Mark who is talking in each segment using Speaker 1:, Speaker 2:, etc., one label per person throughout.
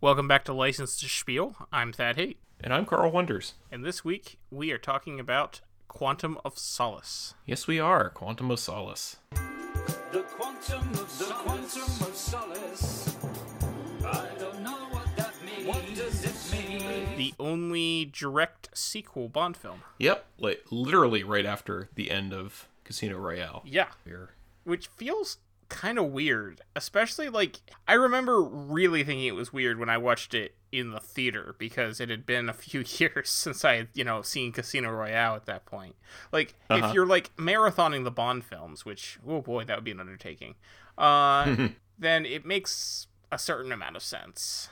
Speaker 1: Welcome back to Licensed to Spiel. I'm Thad Haight,
Speaker 2: And I'm Carl Wonders.
Speaker 1: and this week we are talking about Quantum of Solace.
Speaker 2: Yes, we are Quantum of Solace.
Speaker 3: The quantum of the quantum of solace. I don't know what that means. What does it mean?
Speaker 1: The only direct sequel Bond film.
Speaker 2: Yep, like literally right after the end of Casino Royale.
Speaker 1: Yeah.
Speaker 2: Here.
Speaker 1: Which feels kind of weird, especially like I remember really thinking it was weird when I watched it in the theater because it had been a few years since I had, you know, seen Casino Royale at that point. Like if you're like marathoning the Bond films, which oh boy, that would be an undertaking. Uh then it makes a certain amount of sense.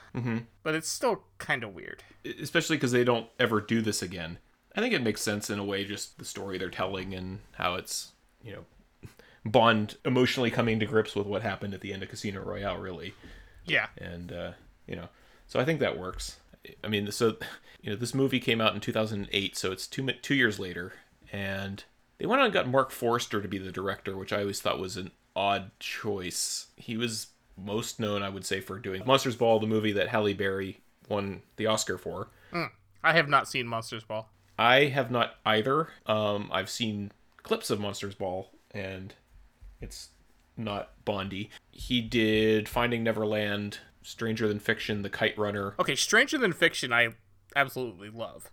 Speaker 1: But it's still kind of weird.
Speaker 2: Mm-hmm. E-, Especially because they don't ever do this again. I think it makes sense in a way, just the story they're telling and how it's, you know, Bond emotionally coming to grips with what happened at the end of Casino Royale, really.
Speaker 1: Yeah.
Speaker 2: and uh, you know, so I think that works. I mean, so you know, this movie came out in 2008, so it's two mi- two years later, and they went on and got Mark Forster to be the director, which I always thought was an odd choice. He was most known, I would say, for doing Monsters Ball, the movie that Halle Berry won the Oscar for.
Speaker 1: I have not seen Monsters Ball.
Speaker 2: I have not either. Um, I've seen clips of Monsters Ball, and it's not Bondy. He did Finding Neverland, Stranger Than Fiction, The Kite Runner.
Speaker 1: Okay, Stranger Than Fiction I absolutely love.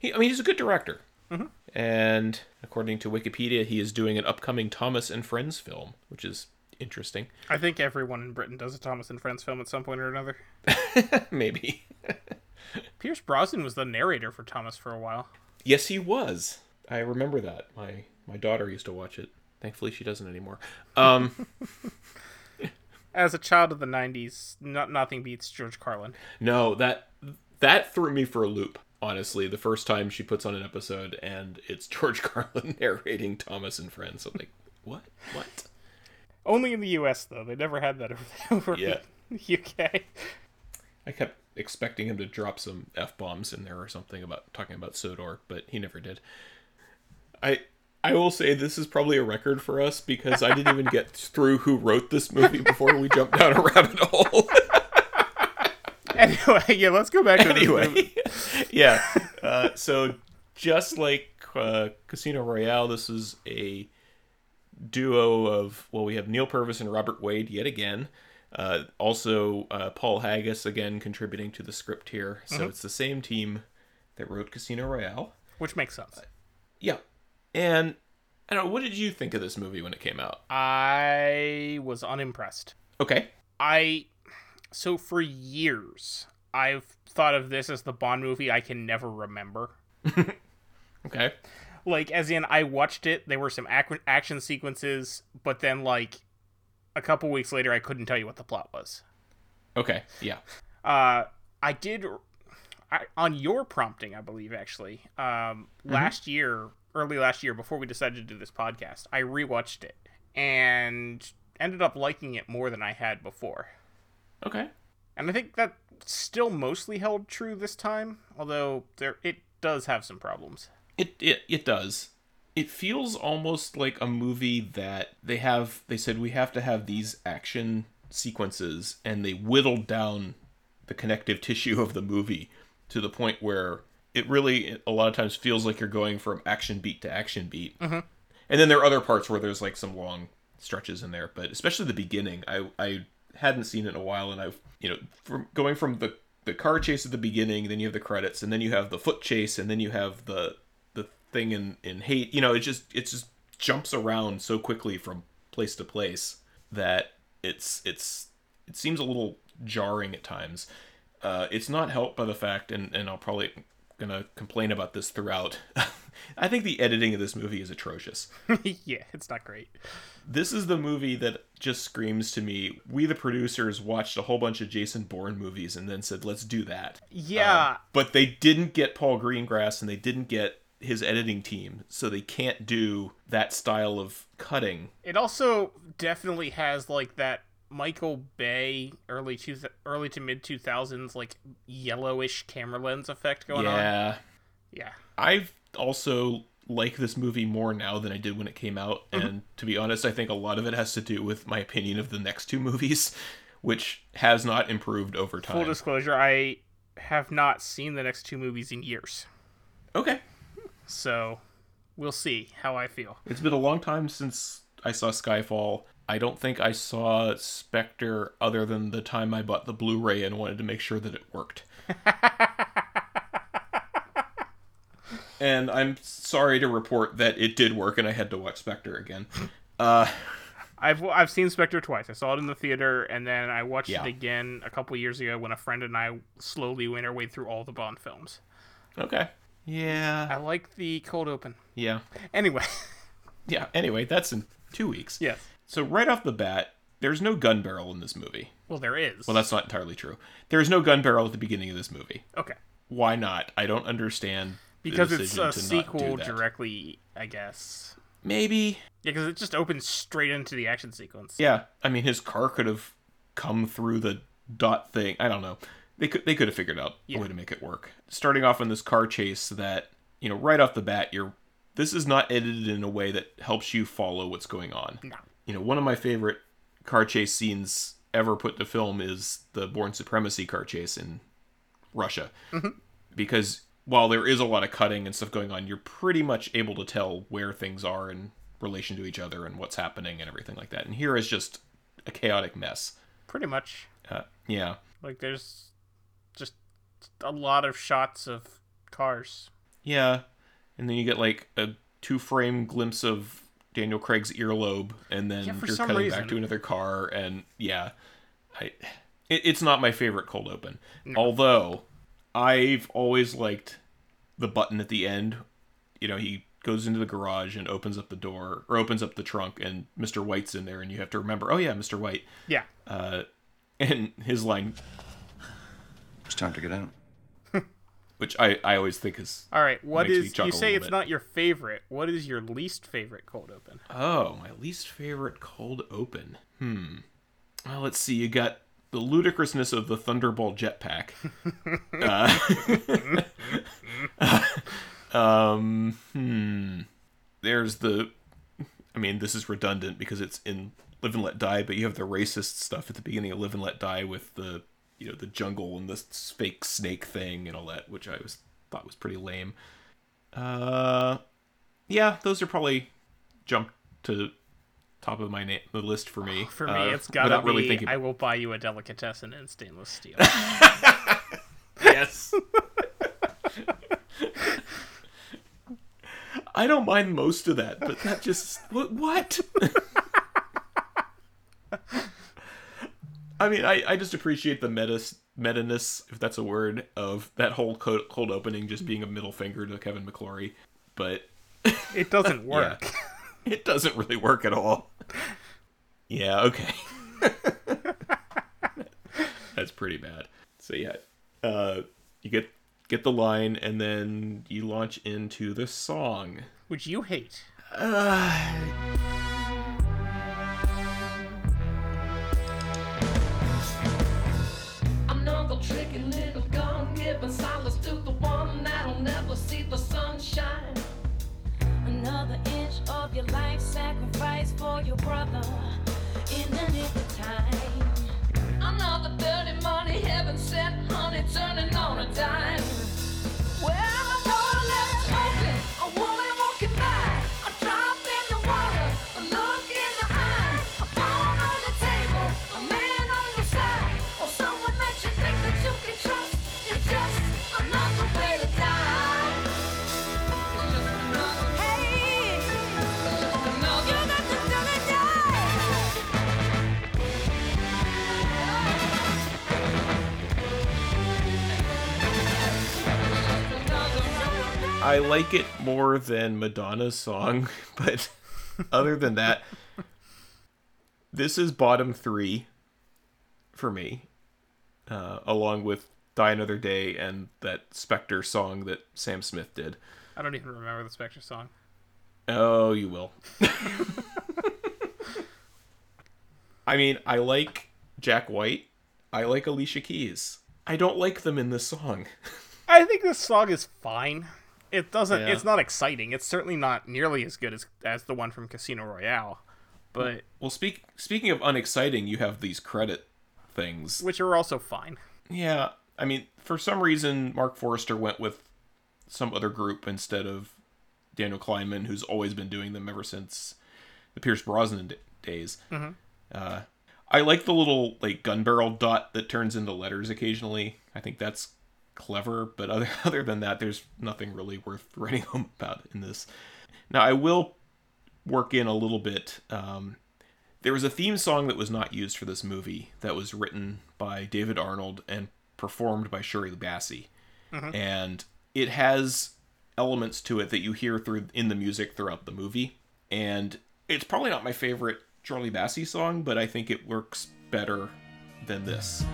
Speaker 2: He, I mean, he's a good director. And according to Wikipedia, he is doing an upcoming Thomas and Friends film, which is interesting.
Speaker 1: I think everyone in Britain does a Thomas and Friends film at some point or another.
Speaker 2: Maybe.
Speaker 1: Pierce Brosnan was the narrator for Thomas for a while.
Speaker 2: Yes, he was. I remember that. My my daughter used to watch it. Thankfully, she doesn't anymore. Um.
Speaker 1: As a child of the 90s, not, nothing beats George Carlin.
Speaker 2: No, that that threw me for a loop. Honestly, the first time she puts on an episode and it's George Carlin narrating Thomas and Friends, I'm like, what? What?
Speaker 1: Only in the US, though. They never had that over, over
Speaker 2: Yeah.
Speaker 1: in the UK.
Speaker 2: I kept expecting him to drop some f bombs in there or something about talking about Sodor, but he never did. I I will say this is probably a record for us because I didn't even get through who wrote this movie before we jumped down a rabbit hole.
Speaker 1: Anyway, yeah, let's go back to this movie.
Speaker 2: anyway, yeah. Uh, so just like uh, Casino Royale, this is a duo of well, we have Neil Purvis and Robert Wade yet again. Uh, also, uh, Paul Haggis again contributing to the script here. So it's the same team that wrote Casino Royale.
Speaker 1: Which makes sense.
Speaker 2: Yeah, and I don't know. What did you think of this movie when it came out?
Speaker 1: I was unimpressed.
Speaker 2: Okay.
Speaker 1: I. So for years, I've thought of this as the Bond movie I can never remember.
Speaker 2: Okay.
Speaker 1: like as in i watched it there were some ac- action sequences but then like a couple weeks later i couldn't tell you what the plot was
Speaker 2: Okay. Yeah.
Speaker 1: uh i did I, on your prompting i believe actually um last year early last year before we decided to do this podcast i rewatched it and ended up liking it more than i had before
Speaker 2: Okay.
Speaker 1: and i think that still mostly held true this time although there it does have some problems
Speaker 2: It it it does. It feels almost like a movie that they have they said we have to have these action sequences and they whittled down the connective tissue of the movie to the point where it really a lot of times feels like you're going from action beat to action beat. And then there are other parts where there's like some long stretches in there, but especially the beginning, I I hadn't seen it in a while, and I've you know from going from the the car chase at the beginning, then you have the credits, and then you have the foot chase, and then you have the the thing in in hate. You know, it just it just jumps around so quickly from place to place that it's it's it seems a little jarring at times. Uh, it's not helped by the fact, and and I'll probably gonna complain about this throughout. I think the editing of this movie is atrocious
Speaker 1: yeah it's not great
Speaker 2: this is the movie that just screams to me we the producers watched a whole bunch of jason bourne movies and then said let's do that
Speaker 1: yeah
Speaker 2: but they didn't get paul greengrass and they didn't get his editing team so they can't do that style of cutting
Speaker 1: It also definitely has like that Michael Bay early two early to mid two thousands like yellowish camera lens effect going on.
Speaker 2: yeah
Speaker 1: Yeah,
Speaker 2: i've also like this movie more now than i did
Speaker 1: Mm-hmm.
Speaker 2: when it came out and to be honest i think a lot of it has to do with my opinion of the next two movies which has not improved over
Speaker 1: Full
Speaker 2: time.
Speaker 1: disclosure, I have not seen the next two movies in years.
Speaker 2: okay.
Speaker 1: So we'll see how I feel.
Speaker 2: It's been a long time since I saw Skyfall. I don't think I saw Spectre other than the time I bought the Blu ray and wanted to make sure that it worked. and I'm sorry to report that it did work and I had to watch Spectre again. Uh,
Speaker 1: I've I've seen Spectre twice. I saw it in the theater, and then I watched
Speaker 2: Yeah.
Speaker 1: it again a couple years ago when a friend and I slowly went our way through all the Bond films.
Speaker 2: Okay.
Speaker 1: I
Speaker 2: Yeah.
Speaker 1: like the cold open.
Speaker 2: Yeah.
Speaker 1: Anyway,
Speaker 2: Yeah. Anyway, that's in two weeks.
Speaker 1: yes.
Speaker 2: So, right off the bat, there's no gun barrel in this movie.
Speaker 1: Well, there is.
Speaker 2: Well, that's not entirely true. There's no gun barrel at the beginning of this movie.
Speaker 1: okay.
Speaker 2: Why not? I don't understand. the
Speaker 1: Because it's
Speaker 2: decision
Speaker 1: a
Speaker 2: to not do
Speaker 1: sequel
Speaker 2: that.
Speaker 1: directly, I guess.
Speaker 2: Maybe.
Speaker 1: Yeah, because it just opens straight into the action sequence.
Speaker 2: Yeah. I mean, his car could have come through the dot thing. I don't know. They could they could have figured out
Speaker 1: Yeah.
Speaker 2: a way to make it work. Starting off on this car chase that, you know, right off the bat, you're this is not edited in a way that helps you follow what's going on.
Speaker 1: No.
Speaker 2: You know, one of my favorite car chase scenes ever put to film is the Born Supremacy car chase in Russia. Because while there is a lot of cutting and stuff going on, you're pretty much able to tell where things are in relation to each other and what's happening and everything like that. And here is just a chaotic mess.
Speaker 1: Pretty much.
Speaker 2: Uh, yeah.
Speaker 1: Like, there's just a lot of shots of cars.
Speaker 2: Yeah. And then you get like a two frame glimpse of Daniel Craig's earlobe, and then
Speaker 1: Yeah, for
Speaker 2: you're
Speaker 1: some
Speaker 2: cutting
Speaker 1: reason.
Speaker 2: back to another car, and yeah, I, it, it's not my favorite cold open. Although I've always liked the button at the end. You know, he goes into the garage and opens up the door or opens up the trunk, and Mr. White's in there, and you have to remember, oh yeah, Mr. White,
Speaker 1: Yeah.
Speaker 2: Uh, and his line,
Speaker 4: It's time to get out.
Speaker 2: which I I always think is
Speaker 1: All right. What
Speaker 2: Makes me
Speaker 1: is.
Speaker 2: chuckle
Speaker 1: You
Speaker 2: a
Speaker 1: say
Speaker 2: little
Speaker 1: it's
Speaker 2: bit.
Speaker 1: not your favorite. What is your least favorite cold open?
Speaker 2: Oh, my least favorite cold open. Hmm. Well, let's see. You got the ludicrousness of the Thunderball jetpack. uh, um, hmm. There's the. I mean, this is redundant because it's in Live and Let Die, but you have the racist stuff at the beginning of Live and Let Die with the you know the jungle and the s- fake snake thing and all that, which I was thought was pretty lame. Uh, yeah, those are probably jump to top of my na- the list for me.
Speaker 1: For me,
Speaker 2: uh,
Speaker 1: it's gotta
Speaker 2: without
Speaker 1: be.
Speaker 2: really thinking.
Speaker 1: I will buy you a delicatessen in stainless steel.
Speaker 2: yes. I don't mind most of that, but that just wh- what? I mean, I, I just appreciate the meta meta-ness, if that's a word, of that whole cold, cold opening just being a middle finger to Kevin McClory, but
Speaker 1: it doesn't work.
Speaker 2: it doesn't really work at all. Yeah, okay. That's pretty bad. So yeah, uh, you get get the line, and then you launch into the song. Uh,
Speaker 1: Which you hate.
Speaker 5: I'm not gonna trick a little gone, giving solace to the one that'll never see the sunshine.
Speaker 6: Another inch of your life sacrificed for your brother in the nick of time.
Speaker 5: Another dirty money, heaven sent honey, turning on a dime. Well, I'm a total left open, a woman walking by, a drop in the water, a look in the eye, a pawn on the table, a man on your side, or someone that you think that you can trust. It's just another way to die. It's just another
Speaker 6: Hey,
Speaker 5: It's just another.
Speaker 6: you're not just gonna die.
Speaker 5: It's just another.
Speaker 2: I like it more than Madonna's song, but other than that, this is bottom three for me, uh, along with "Die Another Day" and that Spectre song that Sam Smith did.
Speaker 1: I don't even remember the Spectre song.
Speaker 2: Oh, you will. I mean, I like Jack White. I like Alicia Keys. I don't like them in this song.
Speaker 1: I think this song is fine. It doesn't.
Speaker 2: Yeah.
Speaker 1: It's not exciting. It's certainly not nearly as good as as the one from Casino Royale. But
Speaker 2: Well, speak speaking of unexciting, you have these credit things.
Speaker 1: which are also fine.
Speaker 2: Yeah, I mean, for some reason, Mark Forrester went with some other group instead of Daniel Kleinman, who's always been doing them ever since the Pierce Brosnan d- days. Uh, I like the little like gun barrel dot that turns into letters occasionally. I think that's clever, but other other than that, there's nothing really worth writing home about in this. Now, I will work in a little bit. Um, there was a theme song that was not used for this movie that was written by David Arnold and performed by Shirley Bassey. And it has elements to it that you hear through in the music throughout the movie. And it's probably not my favorite Shirley Bassey song, but I think it works better than this.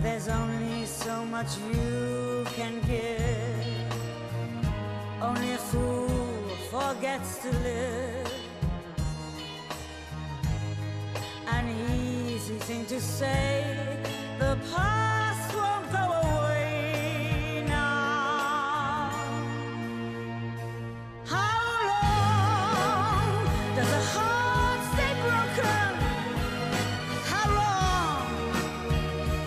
Speaker 7: There's only so much you can give. Only a fool forgets to live. An easy thing to say. The past won't go away now. How long does a heart stay broken? How long?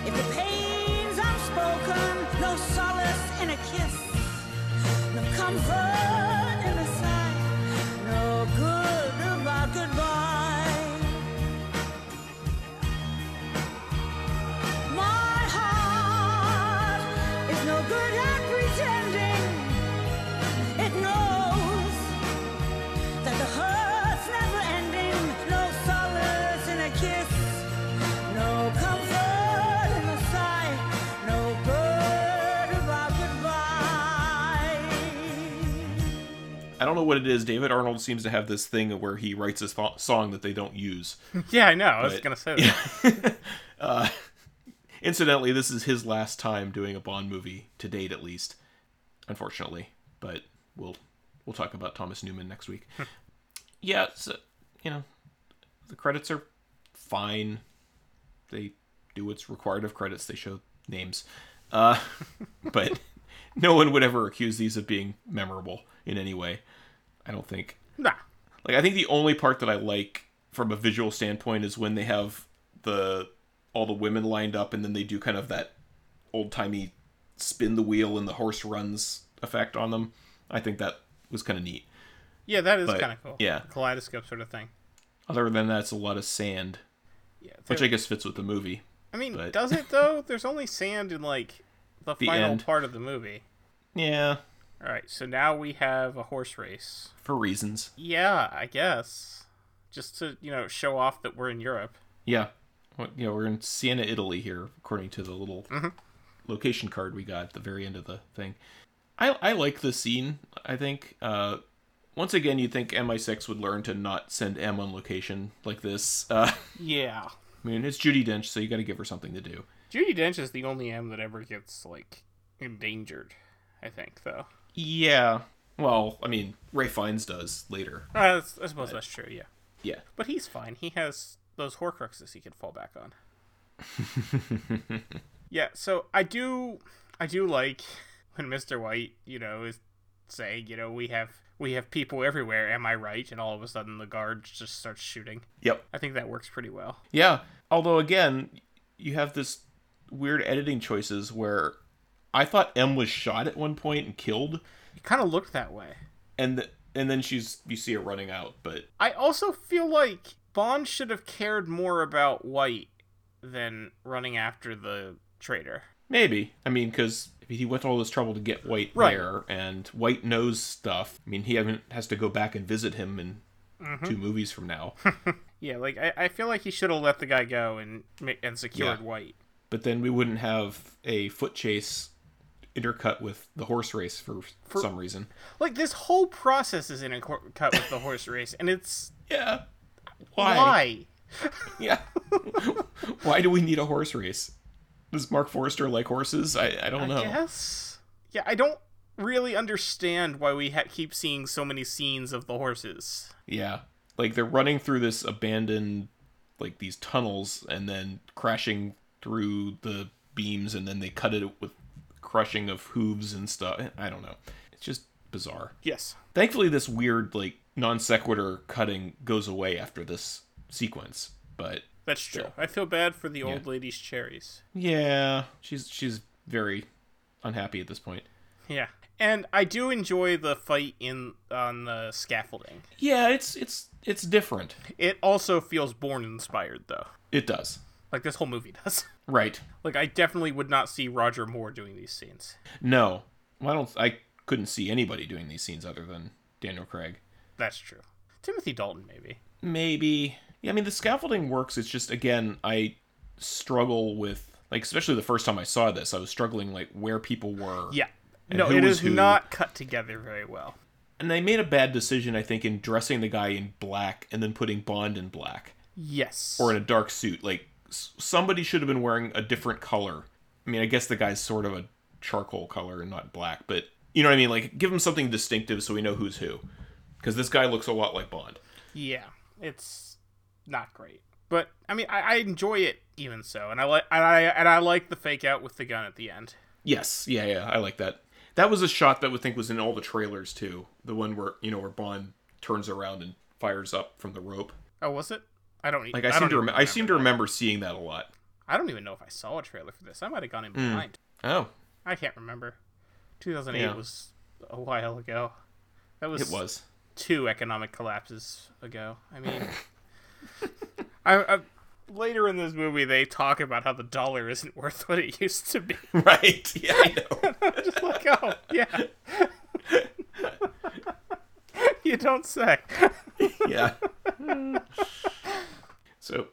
Speaker 7: If the pain's unspoken, no solace in a kiss, no comfort in a sigh, no good about goodbye. My heart is no good at pretending. It knows that the hurt's never ending, no solace in a kiss. No comfort in the sigh, no bird about goodbye.
Speaker 2: I don't know what it is. David Arnold seems to have this thing where he writes a spo- song that they don't use.
Speaker 1: Yeah, I know. I was
Speaker 2: But- Uh,
Speaker 1: gonna say that.
Speaker 2: Incidentally, this is his last time doing a Bond movie to date, at least, unfortunately. But we'll we'll talk about Thomas Newman next week.
Speaker 1: Hmm.
Speaker 2: yeah, so you know, the credits are fine. They do what's required of credits. They show names, uh, but no one would ever accuse these of being memorable in any way. I don't think.
Speaker 1: Nah.
Speaker 2: Like I think the only part that I like from a visual standpoint is when they have the all the women lined up and then they do kind of that old timey spin the wheel and the horse runs effect on them. I think that was kind of neat.
Speaker 1: Yeah, that is
Speaker 2: But,
Speaker 1: kind of cool.
Speaker 2: yeah.
Speaker 1: kaleidoscope sort of thing.
Speaker 2: Other than that, it's a lot of sand,
Speaker 1: Yeah,
Speaker 2: which
Speaker 1: there-
Speaker 2: I guess fits with the movie.
Speaker 1: I mean,
Speaker 2: but-
Speaker 1: does it though? There's only sand in like the,
Speaker 2: The
Speaker 1: final
Speaker 2: end.
Speaker 1: part of the movie.
Speaker 2: Yeah,
Speaker 1: All right, so now we have a horse race.
Speaker 2: for reasons.
Speaker 1: Yeah, I guess just to you know show off that we're in Europe.
Speaker 2: Yeah, Well, you know we're in Siena, Italy here, according to the little location card we got at the very end of the thing. I I like this scene. I think uh, once again you would think MI6 would learn to not send M on location like this. Uh,
Speaker 1: Yeah,
Speaker 2: I mean it's Judy Dench, so you got to give her something to do.
Speaker 1: Judy Dench is the only M that ever gets like endangered. I think though.
Speaker 2: Yeah. Well, I mean Ray Fiennes does later.
Speaker 1: Uh, that's, I suppose that's true. Yeah,
Speaker 2: Yeah.
Speaker 1: but he's fine. He has those Horcruxes he can fall back on. yeah, so I do, I do like when Mister White, you know, is saying, you know, we have we have people everywhere. Am I right? And all of a sudden, the guard just starts shooting.
Speaker 2: Yep.
Speaker 1: I think that works pretty well.
Speaker 2: Yeah. Although again, you have this weird editing choices where I thought M was shot at one point and killed.
Speaker 1: It kind of looked that way.
Speaker 2: and th- and then she's you see her running out but
Speaker 1: I also feel like Bond should have cared more about White than running after the traitor.
Speaker 2: maybe i mean because he went to all this trouble to get white
Speaker 1: Right.
Speaker 2: there and white knows stuff i mean he haven't, has to go back and visit him in two movies from now
Speaker 1: Yeah, like I, I feel like he should have let the guy go and ma- and secured
Speaker 2: Yeah.
Speaker 1: White.
Speaker 2: but then we wouldn't have a foot chase intercut with the horse race for, some reason
Speaker 1: Like this whole process is in a cor- cut with the horse race, and it's
Speaker 2: yeah
Speaker 1: why?
Speaker 2: why yeah why do we need a horse race does mark forrester like horses i, I don't
Speaker 1: I
Speaker 2: know
Speaker 1: guess. Yeah, I don't really understand why we ha- keep seeing so many scenes of the horses.
Speaker 2: Yeah. Like they're running through this abandoned like these tunnels and then crashing through the beams and then they cut it with crushing of hooves and stuff. I don't know. It's just bizarre.
Speaker 1: Yes.
Speaker 2: Thankfully this weird like non sequitur cutting goes away after this sequence, but
Speaker 1: That's true.
Speaker 2: Yeah.
Speaker 1: I feel bad for the old lady's cherries.
Speaker 2: Yeah, she's she's very unhappy at this point.
Speaker 1: Yeah. And I do enjoy the fight in on the scaffolding.
Speaker 2: Yeah, it's it's it's different.
Speaker 1: It also feels born inspired though.
Speaker 2: It does.
Speaker 1: Like this whole movie does.
Speaker 2: Right.
Speaker 1: Like I definitely would not see Roger Moore doing these scenes.
Speaker 2: No. I don't I couldn't see anybody doing these scenes other than Daniel Craig.
Speaker 1: That's true. Timothy Dalton maybe.
Speaker 2: Maybe. Yeah, I mean the scaffolding works. It's just again, I struggle with like especially the first time I saw this, I was struggling like where people were.
Speaker 1: Yeah.
Speaker 2: And
Speaker 1: no,
Speaker 2: who
Speaker 1: it
Speaker 2: was
Speaker 1: is
Speaker 2: who?
Speaker 1: not cut together very well.
Speaker 2: And they made a bad decision, I think, in dressing the guy in black and then putting Bond in black.
Speaker 1: Yes.
Speaker 2: or in a dark suit. Like s- somebody should have been wearing a different color. I mean, I guess the guy's sort of a charcoal color and not black, but you know what I mean. Like give him something distinctive so we know who's who, because this guy looks a lot like Bond.
Speaker 1: Yeah, it's not great, but I mean, I, I enjoy it even so, and I like and I and I like the fake out with the gun at the end.
Speaker 2: Yes, yeah, yeah, I like that. That was a shot that I think was in all the trailers too. The one where you know where Bond turns around and fires up from the rope.
Speaker 1: Oh, was it? I don't. e-
Speaker 2: Like I,
Speaker 1: don't
Speaker 2: seem to
Speaker 1: even
Speaker 2: rem- I seem to
Speaker 1: that.
Speaker 2: remember seeing that a lot.
Speaker 1: I don't even know if I saw a trailer for this. I might have gone in blind.
Speaker 2: Oh,
Speaker 1: I can't remember. 2008
Speaker 2: Yeah.
Speaker 1: was a while ago. That was
Speaker 2: it was.
Speaker 1: two economic collapses ago. I mean, I, I later in this movie they talk about how the dollar isn't worth what it used to be.
Speaker 2: Right. Yeah, I know.
Speaker 1: just like, oh, yeah. you don't say.
Speaker 2: yeah. so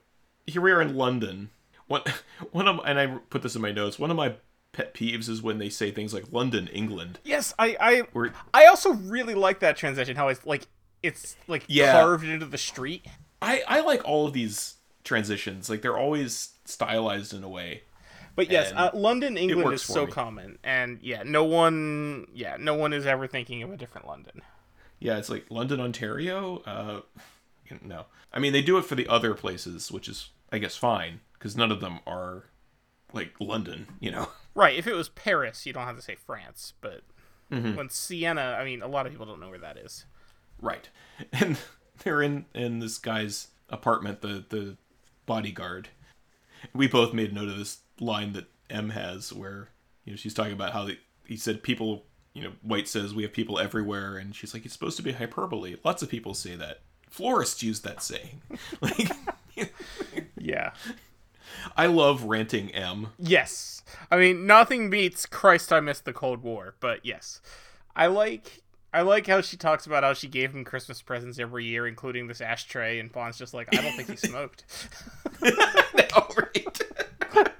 Speaker 2: here we are in London. One, one of, and I put this in my notes. One of my pet peeves is when they say things like London, England.
Speaker 1: Yes, I, I,
Speaker 2: We're-
Speaker 1: I also really like that transition. How it's like, it's like
Speaker 2: Yeah.
Speaker 1: carved into the street.
Speaker 2: I, I like all of these transitions. Like they're always stylized in a way.
Speaker 1: But yes,
Speaker 2: And
Speaker 1: uh, London, England
Speaker 2: works
Speaker 1: is
Speaker 2: for
Speaker 1: so
Speaker 2: me.
Speaker 1: common, and yeah, no one, yeah, no one is ever thinking of a different London.
Speaker 2: Yeah, it's like London, Ontario. Uh, you know, no, I mean they do it for the other places, which is I guess fine because none of them are like London. You know.
Speaker 1: Right? If it was Paris, you don't have to say France. But when Siena, I mean, a lot of people don't know where that is.
Speaker 2: Right. And they're in in this guy's apartment, the the bodyguard. We both made note of this line that M has where you know she's talking about how the, he said people, you know, White says we have people everywhere and she's like it's supposed to be hyperbole. Lots of people say that. Florists use that saying. Like
Speaker 1: Yeah.
Speaker 2: I love ranting M.
Speaker 1: Yes. I mean, nothing beats Christ I missed the Cold War, but yes. I like I like how she talks about how she gave him Christmas presents every year, including this ashtray, and Bond's just like, I don't think he smoked.
Speaker 2: All right.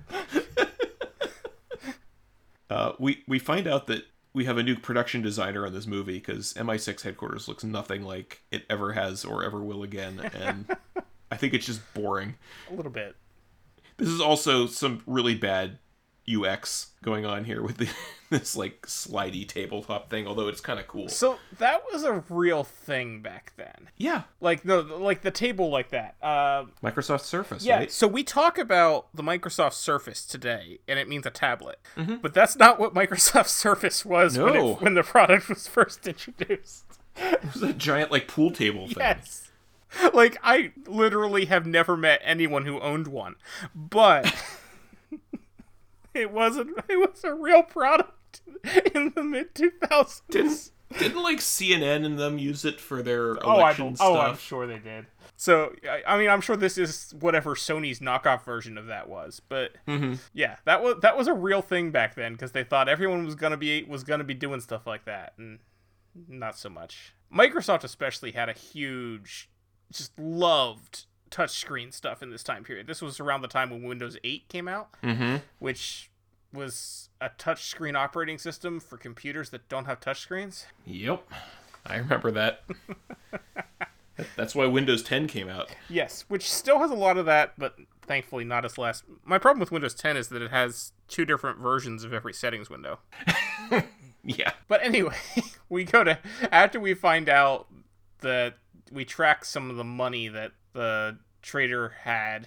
Speaker 2: uh, we we find out that we have a new production designer on this movie because MI6 headquarters looks nothing like it ever has or ever will again, and I think it's just boring.
Speaker 1: A little bit.
Speaker 2: This is also some really bad UX going on here with the, this like slidey tabletop thing, although it's kind of cool.
Speaker 1: So that was a real thing back then.
Speaker 2: yeah,
Speaker 1: Like no, like the table like that. Um
Speaker 2: Microsoft Surface,
Speaker 1: yeah.
Speaker 2: right?
Speaker 1: So we talk about the Microsoft Surface today, and it means a tablet, but that's not what Microsoft Surface was when,
Speaker 2: Mm-hmm. No.
Speaker 1: it, when the product was first introduced.
Speaker 2: It's a giant like pool table thing.
Speaker 1: Yes. Like I literally have never met anyone who owned one, but it wasn't. It was a real product in the mid two thousands.
Speaker 2: Didn't like CNN and them use it for their
Speaker 1: Oh, I,
Speaker 2: election
Speaker 1: bel-
Speaker 2: stuff?
Speaker 1: oh, I'm sure they did. So I- I mean, I'm sure this is whatever Sony's knockoff version of that was, but
Speaker 2: Mm-hmm.
Speaker 1: yeah, that was that was a real thing back then because they thought everyone was gonna be was gonna be doing stuff like that, and not so much. Microsoft especially had a huge, just loved touchscreen stuff in this time period. This was around the time when Windows 8 came out, which was a touchscreen operating system for computers that don't have touchscreens.
Speaker 2: Yep. I remember that. That's why Windows 10 came out.
Speaker 1: Yes, which still has a lot of that, but thankfully not as last. My problem with Windows 10 is that it has two different versions of every settings window.
Speaker 2: Yeah.
Speaker 1: But anyway, we go to after we find out that we track some of the money that the trader had,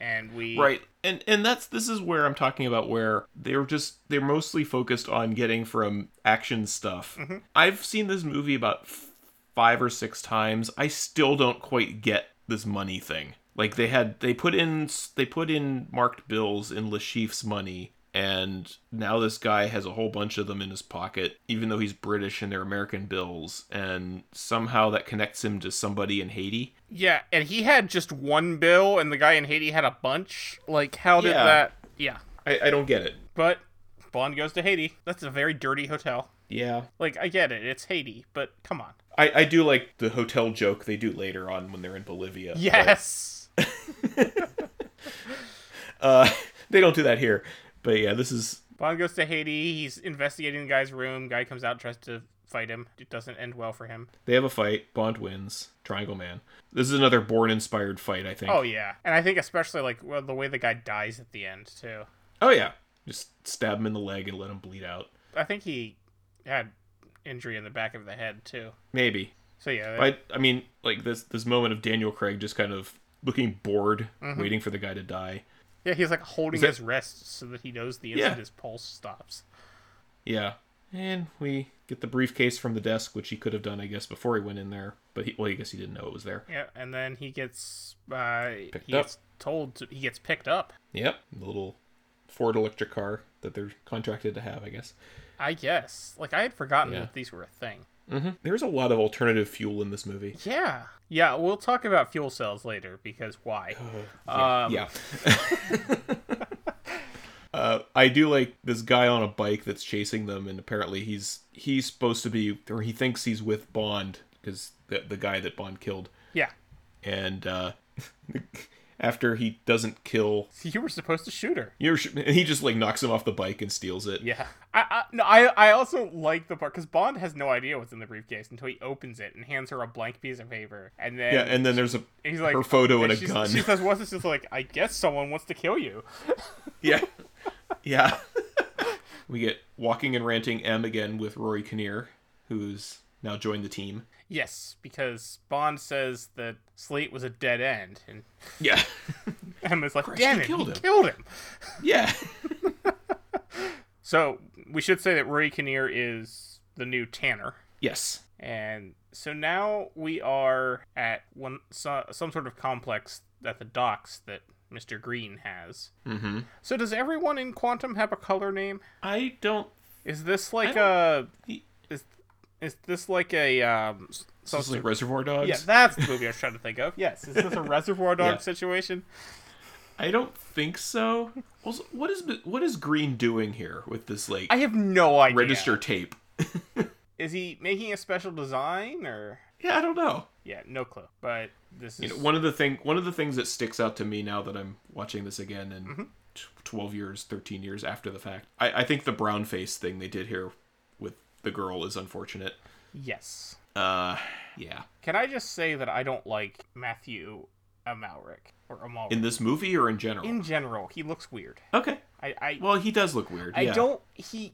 Speaker 1: and we
Speaker 2: Right. And and that's this is where I'm talking about where they're just they're mostly focused on getting from action stuff. I've seen this movie about f- 5 or 6 times. I still don't quite get this money thing. Like they had they put in they put in marked bills in Lashif's money and now this guy has a whole bunch of them in his pocket even though he's British and they're American bills and somehow that connects him to somebody in Haiti.
Speaker 1: Yeah, and he had just one bill, and the guy in Haiti had a bunch. Like, how did
Speaker 2: Yeah.
Speaker 1: that? Yeah,
Speaker 2: I, I don't get it.
Speaker 1: but Bond goes to Haiti. That's a very dirty hotel.
Speaker 2: Yeah.
Speaker 1: Like, I get it, it's Haiti, but come on.
Speaker 2: I, I do like the hotel joke they do later on when they're in Bolivia. but,
Speaker 1: Yes.
Speaker 2: uh they don't do that here. But yeah, this is
Speaker 1: Bond goes to Haiti. He's investigating the guy's room. Guy comes out, tries to fight him. It doesn't end well for him.
Speaker 2: They have a fight. Bond wins. Triangle Man. This is another Bourne inspired fight, I think.
Speaker 1: Oh yeah, and I think especially like well, the way the guy dies at the end too.
Speaker 2: Oh, yeah. Just stab him in the leg and let him bleed out.
Speaker 1: I think he had injury in the back of the head too.
Speaker 2: Maybe.
Speaker 1: So yeah,
Speaker 2: I I mean, like this this moment of Daniel Craig just kind of looking bored,
Speaker 1: Mm-hmm.
Speaker 2: waiting for the guy to die.
Speaker 1: yeah, he's like holding
Speaker 2: that-
Speaker 1: his wrist so that he knows the
Speaker 2: Yeah.
Speaker 1: instant his pulse stops.
Speaker 2: Yeah. And we get the briefcase from the desk, which he could have done, I guess, before he went in there. But he, well, I guess he didn't know it was there.
Speaker 1: Yeah, and then he gets uh,
Speaker 2: Picked
Speaker 1: he
Speaker 2: up.
Speaker 1: gets told to, he gets picked up.
Speaker 2: Yep. The little Ford electric car that they're contracted to have, I guess.
Speaker 1: I guess. Like I had forgotten
Speaker 2: Yeah.
Speaker 1: that these were a thing.
Speaker 2: There's a lot of alternative fuel in this movie.
Speaker 1: Yeah, yeah. We'll talk about fuel cells later because why? um,
Speaker 2: yeah. uh, I do like this guy on a bike that's chasing them, and apparently he's he's supposed to be, or he thinks he's with Bond because the the guy that Bond killed,
Speaker 1: yeah.
Speaker 2: and uh, after he doesn't kill,
Speaker 1: You were supposed to shoot her.
Speaker 2: you're, he just like knocks him off the bike and steals it.
Speaker 1: Yeah. I, I no, I I also like the part because Bond has no idea what's in the briefcase until he opens it and hands her a blank piece of paper, and then
Speaker 2: Yeah, and then there's a
Speaker 1: he's like
Speaker 2: her photo and a
Speaker 1: she's-
Speaker 2: gun.
Speaker 1: She says, "What's this?" She's like, "I guess someone wants to kill you."
Speaker 2: yeah, yeah. we get walking and ranting M again with Rory Kinnear, who's now joined the team.
Speaker 1: Yes, because Bond says that Slate was a dead end, and
Speaker 2: Yeah.
Speaker 1: Emma's like,
Speaker 2: he
Speaker 1: "Damn it,
Speaker 2: killed
Speaker 1: he
Speaker 2: him."
Speaker 1: killed him."
Speaker 2: Yeah.
Speaker 1: So we should say that Rory Kinnear is the new Tanner.
Speaker 2: yes.
Speaker 1: And so now we are at one so, some sort of complex at the docks that Mr. Green has. Mm-hmm. So does everyone in Quantum have a color name?
Speaker 2: I don't.
Speaker 1: Is this like a
Speaker 2: don't- he-
Speaker 1: is is this like a um? s- Some
Speaker 2: So it's like
Speaker 1: sort
Speaker 2: Reservoir Dogs.
Speaker 1: yeah, that's the movie I was trying to think of. Yes, is this a Reservoir Dog
Speaker 2: Yeah.
Speaker 1: situation?
Speaker 2: I don't think so. Also, what is what is Green doing here with this like
Speaker 1: I have no idea.
Speaker 2: register tape?
Speaker 1: Is he making a special design or?
Speaker 2: Yeah, I don't know.
Speaker 1: Yeah, no clue. But this is
Speaker 2: You know, one of the thing one of the things that sticks out to me now that I'm watching this again in
Speaker 1: Mm-hmm.
Speaker 2: t- twelve years, thirteen years after the fact, I, I think the brown face thing they did here with the girl is unfortunate.
Speaker 1: yes.
Speaker 2: Uh, yeah.
Speaker 1: Can I just say that I don't like Matthew Amalric or Amalric
Speaker 2: In this movie or in general?
Speaker 1: in general? He looks weird.
Speaker 2: okay.
Speaker 1: I I,
Speaker 2: Well, he does look weird.
Speaker 1: I
Speaker 2: yeah.
Speaker 1: don't he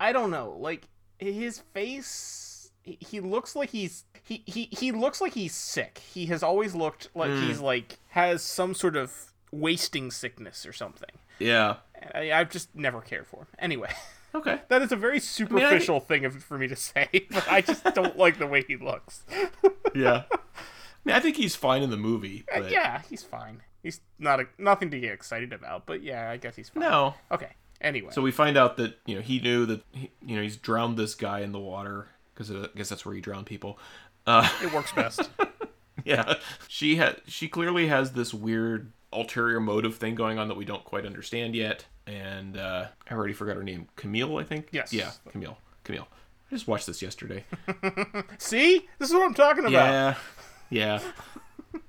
Speaker 1: I don't know. Like his face he- he looks like he's he, he he looks like he's sick. He has always looked like
Speaker 2: Hmm.
Speaker 1: he's like has some sort of wasting sickness or something.
Speaker 2: Yeah.
Speaker 1: And I, I've just never cared for him. Anyway,
Speaker 2: Okay.
Speaker 1: that is a very superficial thing of, for me to say, but I just don't like the way he looks.
Speaker 2: Yeah. I mean, I think he's fine in the movie. But...
Speaker 1: Uh, Yeah, he's fine. He's not a, nothing to get excited about, but yeah, I guess he's fine.
Speaker 2: No.
Speaker 1: Okay. Anyway.
Speaker 2: So we find out that you know he knew that he, you know he's drowned this guy in the water because I guess that's where you drown people. Uh,
Speaker 1: it works best.
Speaker 2: yeah, she has she clearly has this weird ulterior motive thing going on that we don't quite understand yet. And uh, I already forgot her name, Camille, I think.
Speaker 1: Yes.
Speaker 2: Yeah, Camille. Camille. I just watched this yesterday.
Speaker 1: See? This is what I'm talking about.
Speaker 2: Yeah, yeah.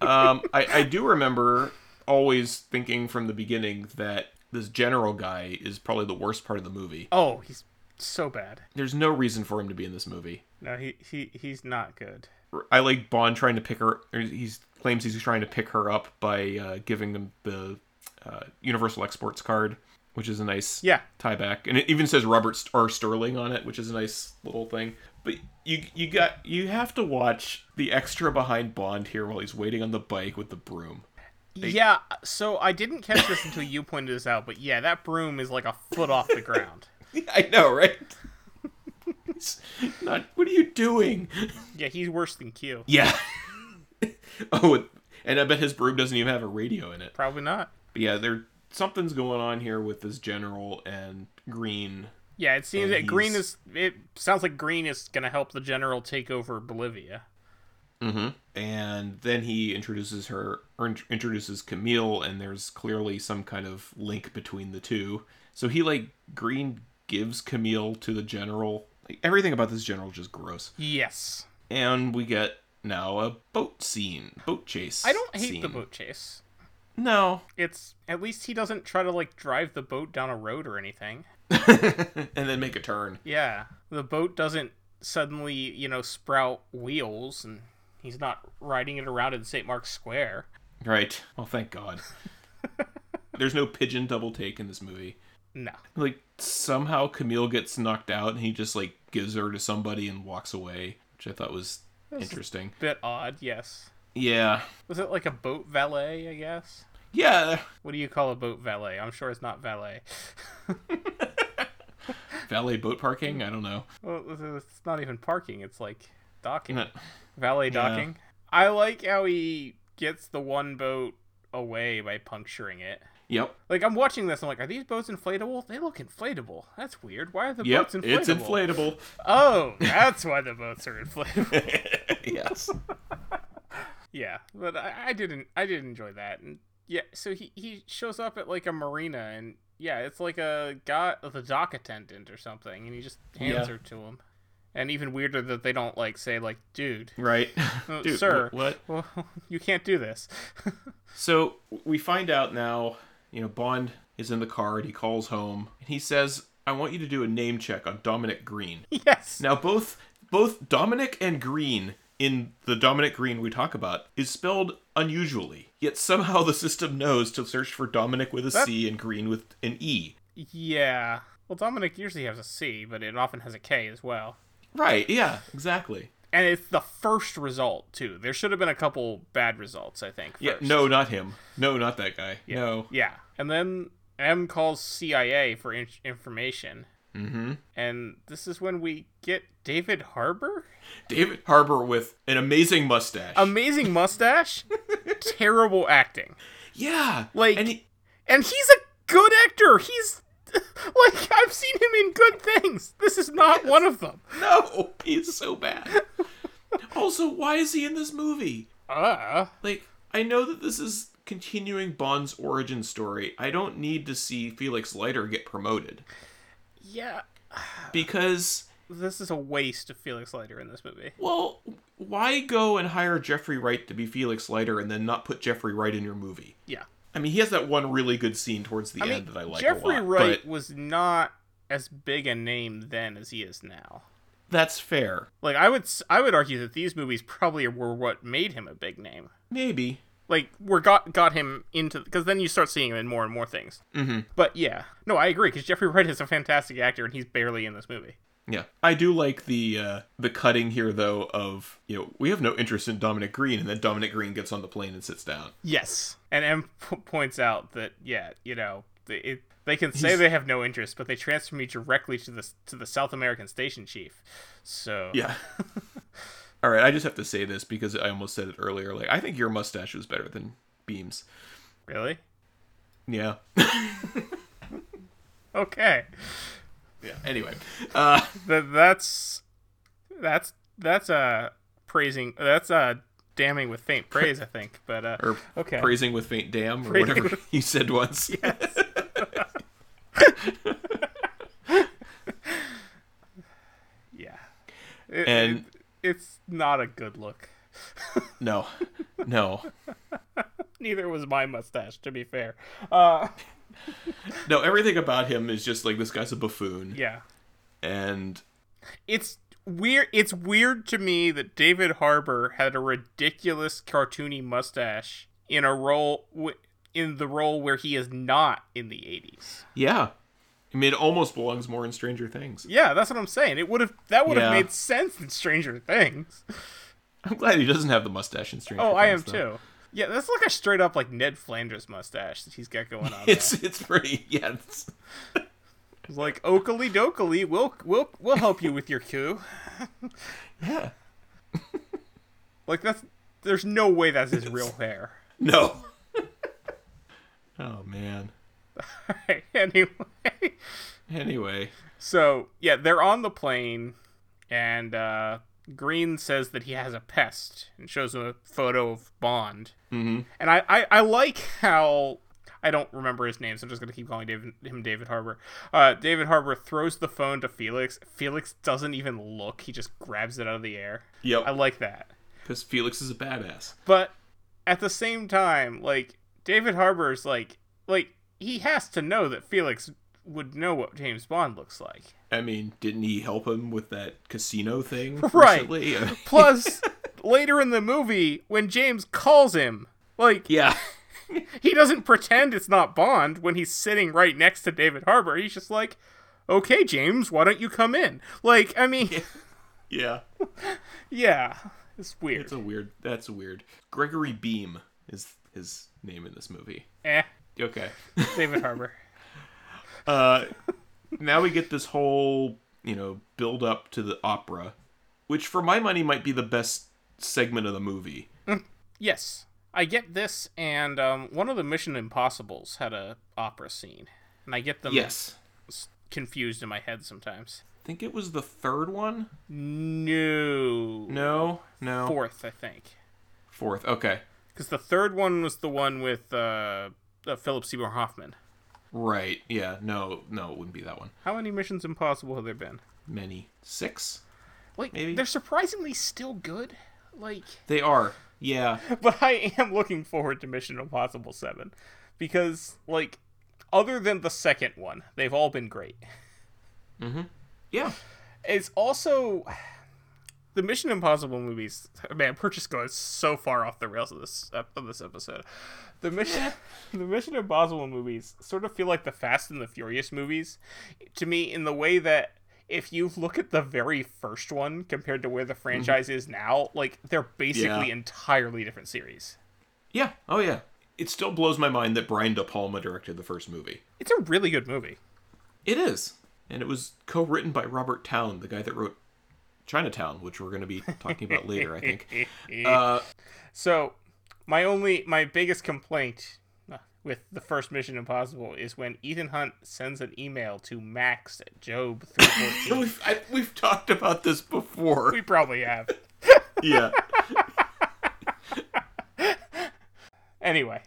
Speaker 2: um, I, I do remember always thinking from the beginning that this general guy is probably the worst part of the movie.
Speaker 1: Oh, he's so bad.
Speaker 2: There's no reason for him to be in this movie.
Speaker 1: No, he, he he's not good.
Speaker 2: I like Bond trying to pick her. Or he claims he's trying to pick her up by uh, giving them the uh, Universal Exports card, which is a nice
Speaker 1: Yeah.
Speaker 2: tie back, and it even says Robert St- R. Sterling on it, which is a nice little thing. But you you got you have to watch the extra behind Bond here while he's waiting on the bike with the broom.
Speaker 1: Yeah, so I didn't catch this until you pointed this out, but yeah, that broom is like a foot off the ground.
Speaker 2: I know, right? It's not, what are you doing?
Speaker 1: Yeah, he's worse than Q.
Speaker 2: Yeah. oh, And I bet his broom doesn't even have a radio in it.
Speaker 1: Probably not.
Speaker 2: But yeah, there something's going on here with this general and Green.
Speaker 1: Yeah, it seems
Speaker 2: And
Speaker 1: that Green
Speaker 2: Oh, he's-
Speaker 1: is. It sounds like Green is going to help the general take over Bolivia.
Speaker 2: And then he introduces her, or int- introduces Camille, and there's clearly some kind of link between the two. So he like Green gives Camille to the general. Like, everything about this general is just gross.
Speaker 1: Yes.
Speaker 2: And we get now a boat scene, boat chase.
Speaker 1: I don't hate the
Speaker 2: scene.
Speaker 1: boat chase.
Speaker 2: No,
Speaker 1: It's. At least he doesn't try to, like, drive the boat down a road or anything.
Speaker 2: and then make a turn.
Speaker 1: Yeah. The boat doesn't suddenly, you know, sprout wheels and he's not riding it around in St. Mark's Square.
Speaker 2: Right. Well, thank God. There's no pigeon double take in this movie.
Speaker 1: No.
Speaker 2: Like somehow Camille gets knocked out and he just like gives her to somebody and walks away, which I thought was interesting.
Speaker 1: Bit odd, yes.
Speaker 2: Yeah.
Speaker 1: Was it like a boat valet, I guess?
Speaker 2: Yeah.
Speaker 1: What do you call a boat valet? I'm sure it's not valet.
Speaker 2: Valet boat parking? I don't know.
Speaker 1: Well, it's not even parking, it's like docking.
Speaker 2: No.
Speaker 1: Valet docking. I like how he gets the one boat away by puncturing it.
Speaker 2: Yep.
Speaker 1: Like I'm watching this, I'm like, are these boats inflatable? They look inflatable. That's weird. Why are the
Speaker 2: Yep.
Speaker 1: boats inflatable?
Speaker 2: It's inflatable.
Speaker 1: Oh, that's why the boats are inflatable.
Speaker 2: yes.
Speaker 1: Yeah, but I, I didn't. I did enjoy that. And yeah, so he he shows up at like a marina, and yeah, it's like a guy, the dock attendant or something, and he just hands
Speaker 2: Yeah.
Speaker 1: her to him. And even weirder that they don't like say like, dude,
Speaker 2: Right.
Speaker 1: uh,
Speaker 2: Dude,
Speaker 1: sir,
Speaker 2: wh- What?
Speaker 1: Well, you can't do this.
Speaker 2: So we find out now, you know, Bond is in the car and he calls home and he says, I want you to do a name check on Dominic Green.
Speaker 1: yes.
Speaker 2: Now both both Dominic and Green in the Dominic Green we talk about is spelled unusually. Yet somehow the system knows to search for Dominic with a C and Green with an E.
Speaker 1: Yeah. Well, Dominic usually has a C, but it often has a K as well.
Speaker 2: Right, yeah, exactly.
Speaker 1: And it's the first result too. There should have been a couple bad results, I think.
Speaker 2: Yeah,
Speaker 1: first.
Speaker 2: no, not him. No, not that guy. No.
Speaker 1: Yeah. And then M calls CIA for in- information. Mm-hmm. And this is when we get David Harbour?
Speaker 2: David Harbour with an amazing mustache.
Speaker 1: Amazing mustache, terrible acting.
Speaker 2: yeah.
Speaker 1: like-
Speaker 2: and he,
Speaker 1: And he's a good actor. He's like I've seen him in good things. This is not one of them.
Speaker 2: No, he's so bad. also, why is he in this movie?
Speaker 1: Uh
Speaker 2: Like, I know that this is continuing Bond's origin story. I don't need to see Felix Leiter get promoted
Speaker 1: yeah.
Speaker 2: because,
Speaker 1: This is a waste of Felix Leiter in this movie.
Speaker 2: well, why go and hire Jeffrey Wright to be Felix Leiter and then not put Jeffrey Wright in your movie?
Speaker 1: Yeah.
Speaker 2: I mean, he has that one really good scene towards the
Speaker 1: I
Speaker 2: end
Speaker 1: mean,
Speaker 2: that I like
Speaker 1: Jeffrey
Speaker 2: a lot,
Speaker 1: Wright
Speaker 2: but
Speaker 1: was not as big a name then as he is now.
Speaker 2: that's fair.
Speaker 1: Like I would s- I would argue that these movies probably were what made him a big name.
Speaker 2: Maybe.
Speaker 1: Like were got got him into because then you start seeing him in more and more things. Mm-hmm. But yeah, no, I agree because Jeffrey Wright is a fantastic actor and he's barely in this movie.
Speaker 2: Yeah, I do like the uh, the cutting here though of you know we have no interest in Dominic Green, and then Dominic Green gets on the plane and sits down.
Speaker 1: Yes, and M p- points out that yeah, you know, they- it, they can say they have no interest, but they transfer me directly to the s- to the South American station chief. So
Speaker 2: Yeah. All right, I just have to say this because I almost said it earlier. Like I think your mustache was better than Beams.
Speaker 1: really,
Speaker 2: Yeah.
Speaker 1: okay,
Speaker 2: yeah. Anyway, uh,
Speaker 1: Th- that's that's that's uh praising that's uh damning with faint praise, I think. But uh,
Speaker 2: or
Speaker 1: okay,
Speaker 2: praising with faint damn or
Speaker 1: Praising
Speaker 2: whatever
Speaker 1: with-
Speaker 2: you said once.
Speaker 1: yeah, It-
Speaker 2: And
Speaker 1: it- it's not a good look.
Speaker 2: no, no,
Speaker 1: Neither was my mustache, to be fair. Uh,
Speaker 2: no. Everything about him is just like this guy's a buffoon,
Speaker 1: yeah.
Speaker 2: and
Speaker 1: it's weird it's weird to me that David Harbour had a ridiculous cartoony mustache in a role w- in the role where he is not in the 80s.
Speaker 2: yeah. I mean, it almost belongs more in Stranger Things.
Speaker 1: Yeah, that's what I'm saying. It would have that would have
Speaker 2: Yeah.
Speaker 1: made sense in Stranger Things.
Speaker 2: I'm glad he doesn't have the mustache in Stranger
Speaker 1: Oh,
Speaker 2: Things.
Speaker 1: I am
Speaker 2: though.
Speaker 1: too. Yeah, that's like a straight up like Ned Flanders mustache that he's got going on.
Speaker 2: It's it's pretty yeah. It's,
Speaker 1: there. It's like Oakley Dokley, we'll we'll we'll help you with your coup.
Speaker 2: yeah.
Speaker 1: Like that's There's no way that's his real hair.
Speaker 2: No. oh man.
Speaker 1: anyway,
Speaker 2: Anyway,
Speaker 1: so yeah, they're on the plane, and uh, Green says that he has a pest and shows him a photo of Bond. Mm-hmm. And I, I, I like how I don't remember his name, so I'm just gonna keep calling David, him David Harbor. Uh, David Harbor throws the phone to Felix. Felix doesn't even look; he just grabs it out of the air.
Speaker 2: Yep.
Speaker 1: I like that.
Speaker 2: because Felix is a badass.
Speaker 1: But at the same time, like David Harbour's like like he has to know that Felix would know what James Bond looks like.
Speaker 2: I mean, didn't he help him with that casino thing
Speaker 1: Right.
Speaker 2: recently? I mean,
Speaker 1: Plus later in the movie when James calls him, like
Speaker 2: yeah.
Speaker 1: he doesn't pretend it's not Bond when he's sitting right next to David Harbour. He's just like, "Okay, James, why don't you come in?" Like, I mean,
Speaker 2: Yeah.
Speaker 1: yeah, it's weird.
Speaker 2: It's a weird. That's weird. Gregory Beam is his name in this movie.
Speaker 1: eh,
Speaker 2: Okay.
Speaker 1: David Harbour.
Speaker 2: Uh, now we get this whole, you know, build up to the opera, which for my money might be the best segment of the movie.
Speaker 1: Yes, I get this, and um, one of the Mission Impossible's had a opera scene, and I get them
Speaker 2: Yes.
Speaker 1: s- confused in my head sometimes.
Speaker 2: I think it was the third one.
Speaker 1: No,
Speaker 2: No, no.
Speaker 1: fourth, I think,
Speaker 2: Fourth. Okay.
Speaker 1: because the third one was the one with uh, uh, Philip Seymour Hoffman.
Speaker 2: Right. Yeah. No. No. It wouldn't be that one.
Speaker 1: How many Missions Impossible have there been?
Speaker 2: Many. Six.
Speaker 1: Like,
Speaker 2: Maybe.
Speaker 1: they're surprisingly still good. Like,
Speaker 2: They are. Yeah.
Speaker 1: but I am looking forward to Mission Impossible Seven, because like, other than the second one, they've all been great.
Speaker 2: Yeah.
Speaker 1: it's also the Mission Impossible movies. Man, we're just going so far off the rails of this of this episode. The Mission the Mission Impossible movies sort of feel like the Fast and the Furious movies to me in the way that if you look at the very first one compared to where the franchise is now, like they're basically
Speaker 2: Yeah.
Speaker 1: entirely different series.
Speaker 2: Yeah. Oh yeah. It still blows my mind that Brian De Palma directed the first movie.
Speaker 1: It's a really good movie.
Speaker 2: It is. And it was co written by Robert Town, the guy that wrote Chinatown, which we're going to be talking about later, I think. Uh,
Speaker 1: So my only my biggest complaint uh, with the first Mission Impossible is when Ethan Hunt sends an email to Max at Job three fourteen.
Speaker 2: we've, I, we've talked about this before.
Speaker 1: we probably have.
Speaker 2: Yeah.
Speaker 1: Anyway,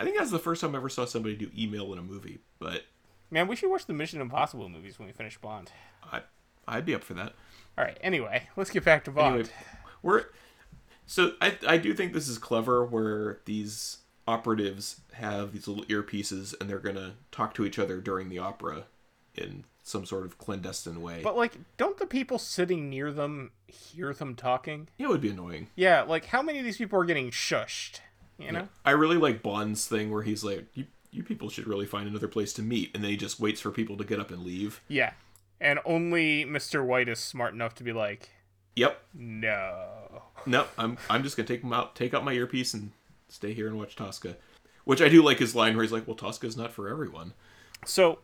Speaker 2: I think that's the first time I ever saw somebody do email in a movie, but
Speaker 1: man, we should watch the Mission Impossible movies when we finish Bond.
Speaker 2: I, I'd be up for that.
Speaker 1: All right. Anyway, let's get back to Bond.
Speaker 2: Anyway, we're so I I do think this is clever where these operatives have these little earpieces and they're gonna talk to each other during the opera in some sort of clandestine way.
Speaker 1: But like, don't the people sitting near them hear them talking?
Speaker 2: yeah, it would be annoying.
Speaker 1: Yeah. Like, how many of these people are getting shushed? You know.
Speaker 2: I really like Bond's thing where he's like, you, you people should really find another place to meet. And then he just waits for people to get up and leave.
Speaker 1: Yeah. And only Mr. White is smart enough to be like,
Speaker 2: Yep.
Speaker 1: no.
Speaker 2: No, I'm, I'm just going to take him out, take out my earpiece and stay here and watch Tosca. Which I do like his line where he's like, well, Tosca's not for everyone.
Speaker 1: So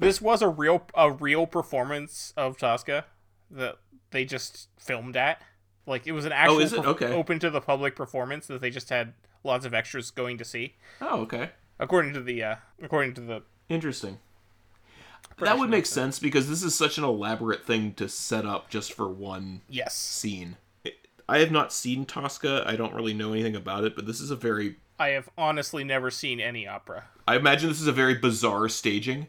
Speaker 1: this was a real a real performance of Tosca that they just filmed at. Like it was an actual
Speaker 2: Oh, is it?
Speaker 1: perf-
Speaker 2: Okay.
Speaker 1: open to the public performance that they just had lots of extras going to see.
Speaker 2: Oh, okay.
Speaker 1: According to the uh, according to the
Speaker 2: Interesting. That would make sense because this is such an elaborate thing to set up just for one
Speaker 1: yes,
Speaker 2: scene. I have not seen Tosca. I don't really know anything about it, but this is a very
Speaker 1: I have honestly never seen any opera.
Speaker 2: I imagine this is a very bizarre staging.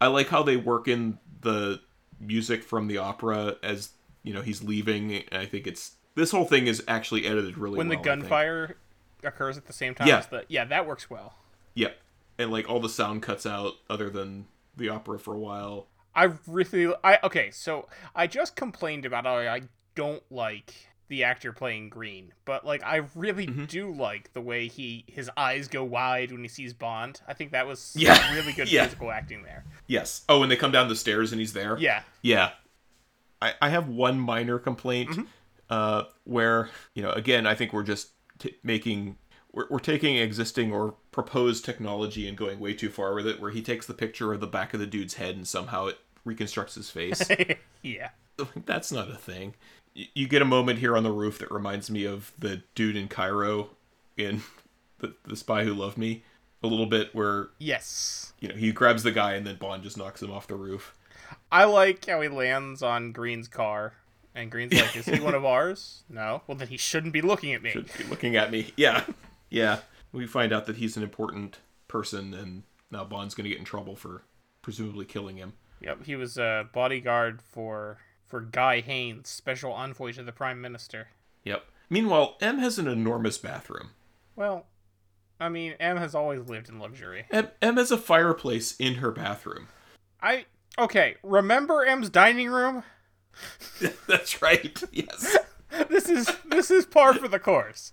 Speaker 2: I like how they work in the music from the opera as you know he's leaving. I think it's this whole thing is actually edited really
Speaker 1: When
Speaker 2: well.
Speaker 1: the
Speaker 2: I think.
Speaker 1: gunfire occurs at the same time
Speaker 2: Yeah.
Speaker 1: as the yeah, that works well.
Speaker 2: yeah, and like all the sound cuts out other than the opera for a while.
Speaker 1: I really I okay, so I just complained about how I don't like the actor playing Green, but like I really
Speaker 2: Mm-hmm.
Speaker 1: do like the way he his eyes go wide when he sees Bond. I think that was
Speaker 2: Yeah.
Speaker 1: really good
Speaker 2: Yeah.
Speaker 1: physical acting there.
Speaker 2: Yes. Oh, and they come down the stairs and he's there.
Speaker 1: Yeah.
Speaker 2: Yeah. I, I have one minor complaint uh, where, you know, again, I think we're just t- making, we're, we're taking existing or proposed technology and going way too far with it, where he takes the picture of the back of the dude's head and somehow it reconstructs his face.
Speaker 1: Yeah.
Speaker 2: That's not a thing. y- you get a moment here on the roof that reminds me of the dude in Cairo in the, the Spy Who Loved Me a little bit, where
Speaker 1: Yes.
Speaker 2: you know he grabs the guy and then Bond just knocks him off the roof.
Speaker 1: I like how he lands on Green's car. And Green's like, is he one of ours? No. Well, then he shouldn't be looking at me.
Speaker 2: Should be looking at me. Yeah, yeah. We find out that he's an important person, and now Bond's going to get in trouble for presumably killing him.
Speaker 1: Yep, he was a bodyguard for for Guy Haynes, special envoy to the Prime Minister.
Speaker 2: Yep. Meanwhile, M has an enormous bathroom.
Speaker 1: Well, I mean, M has always lived in luxury.
Speaker 2: M, M has a fireplace in her bathroom.
Speaker 1: I okay. Remember M's dining room?
Speaker 2: That's right. Yes.
Speaker 1: This is this is par for the course.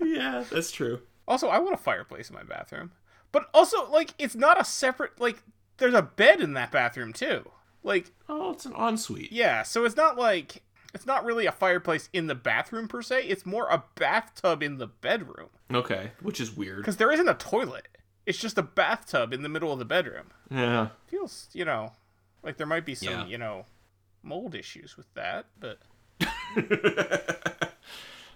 Speaker 2: Yeah, that's true.
Speaker 1: Also, I want a fireplace in my bathroom, but also like it's not a separate like. There's a bed in that bathroom too. Like
Speaker 2: Oh, it's an ensuite.
Speaker 1: yeah, so it's not like it's not really a fireplace in the bathroom per se. It's more a bathtub in the bedroom.
Speaker 2: Okay, which is weird.
Speaker 1: because there isn't a toilet. It's just a bathtub in the middle of the bedroom.
Speaker 2: Yeah.
Speaker 1: Feels, you know, like there might be some,
Speaker 2: Yeah.
Speaker 1: you know, mold issues with that, but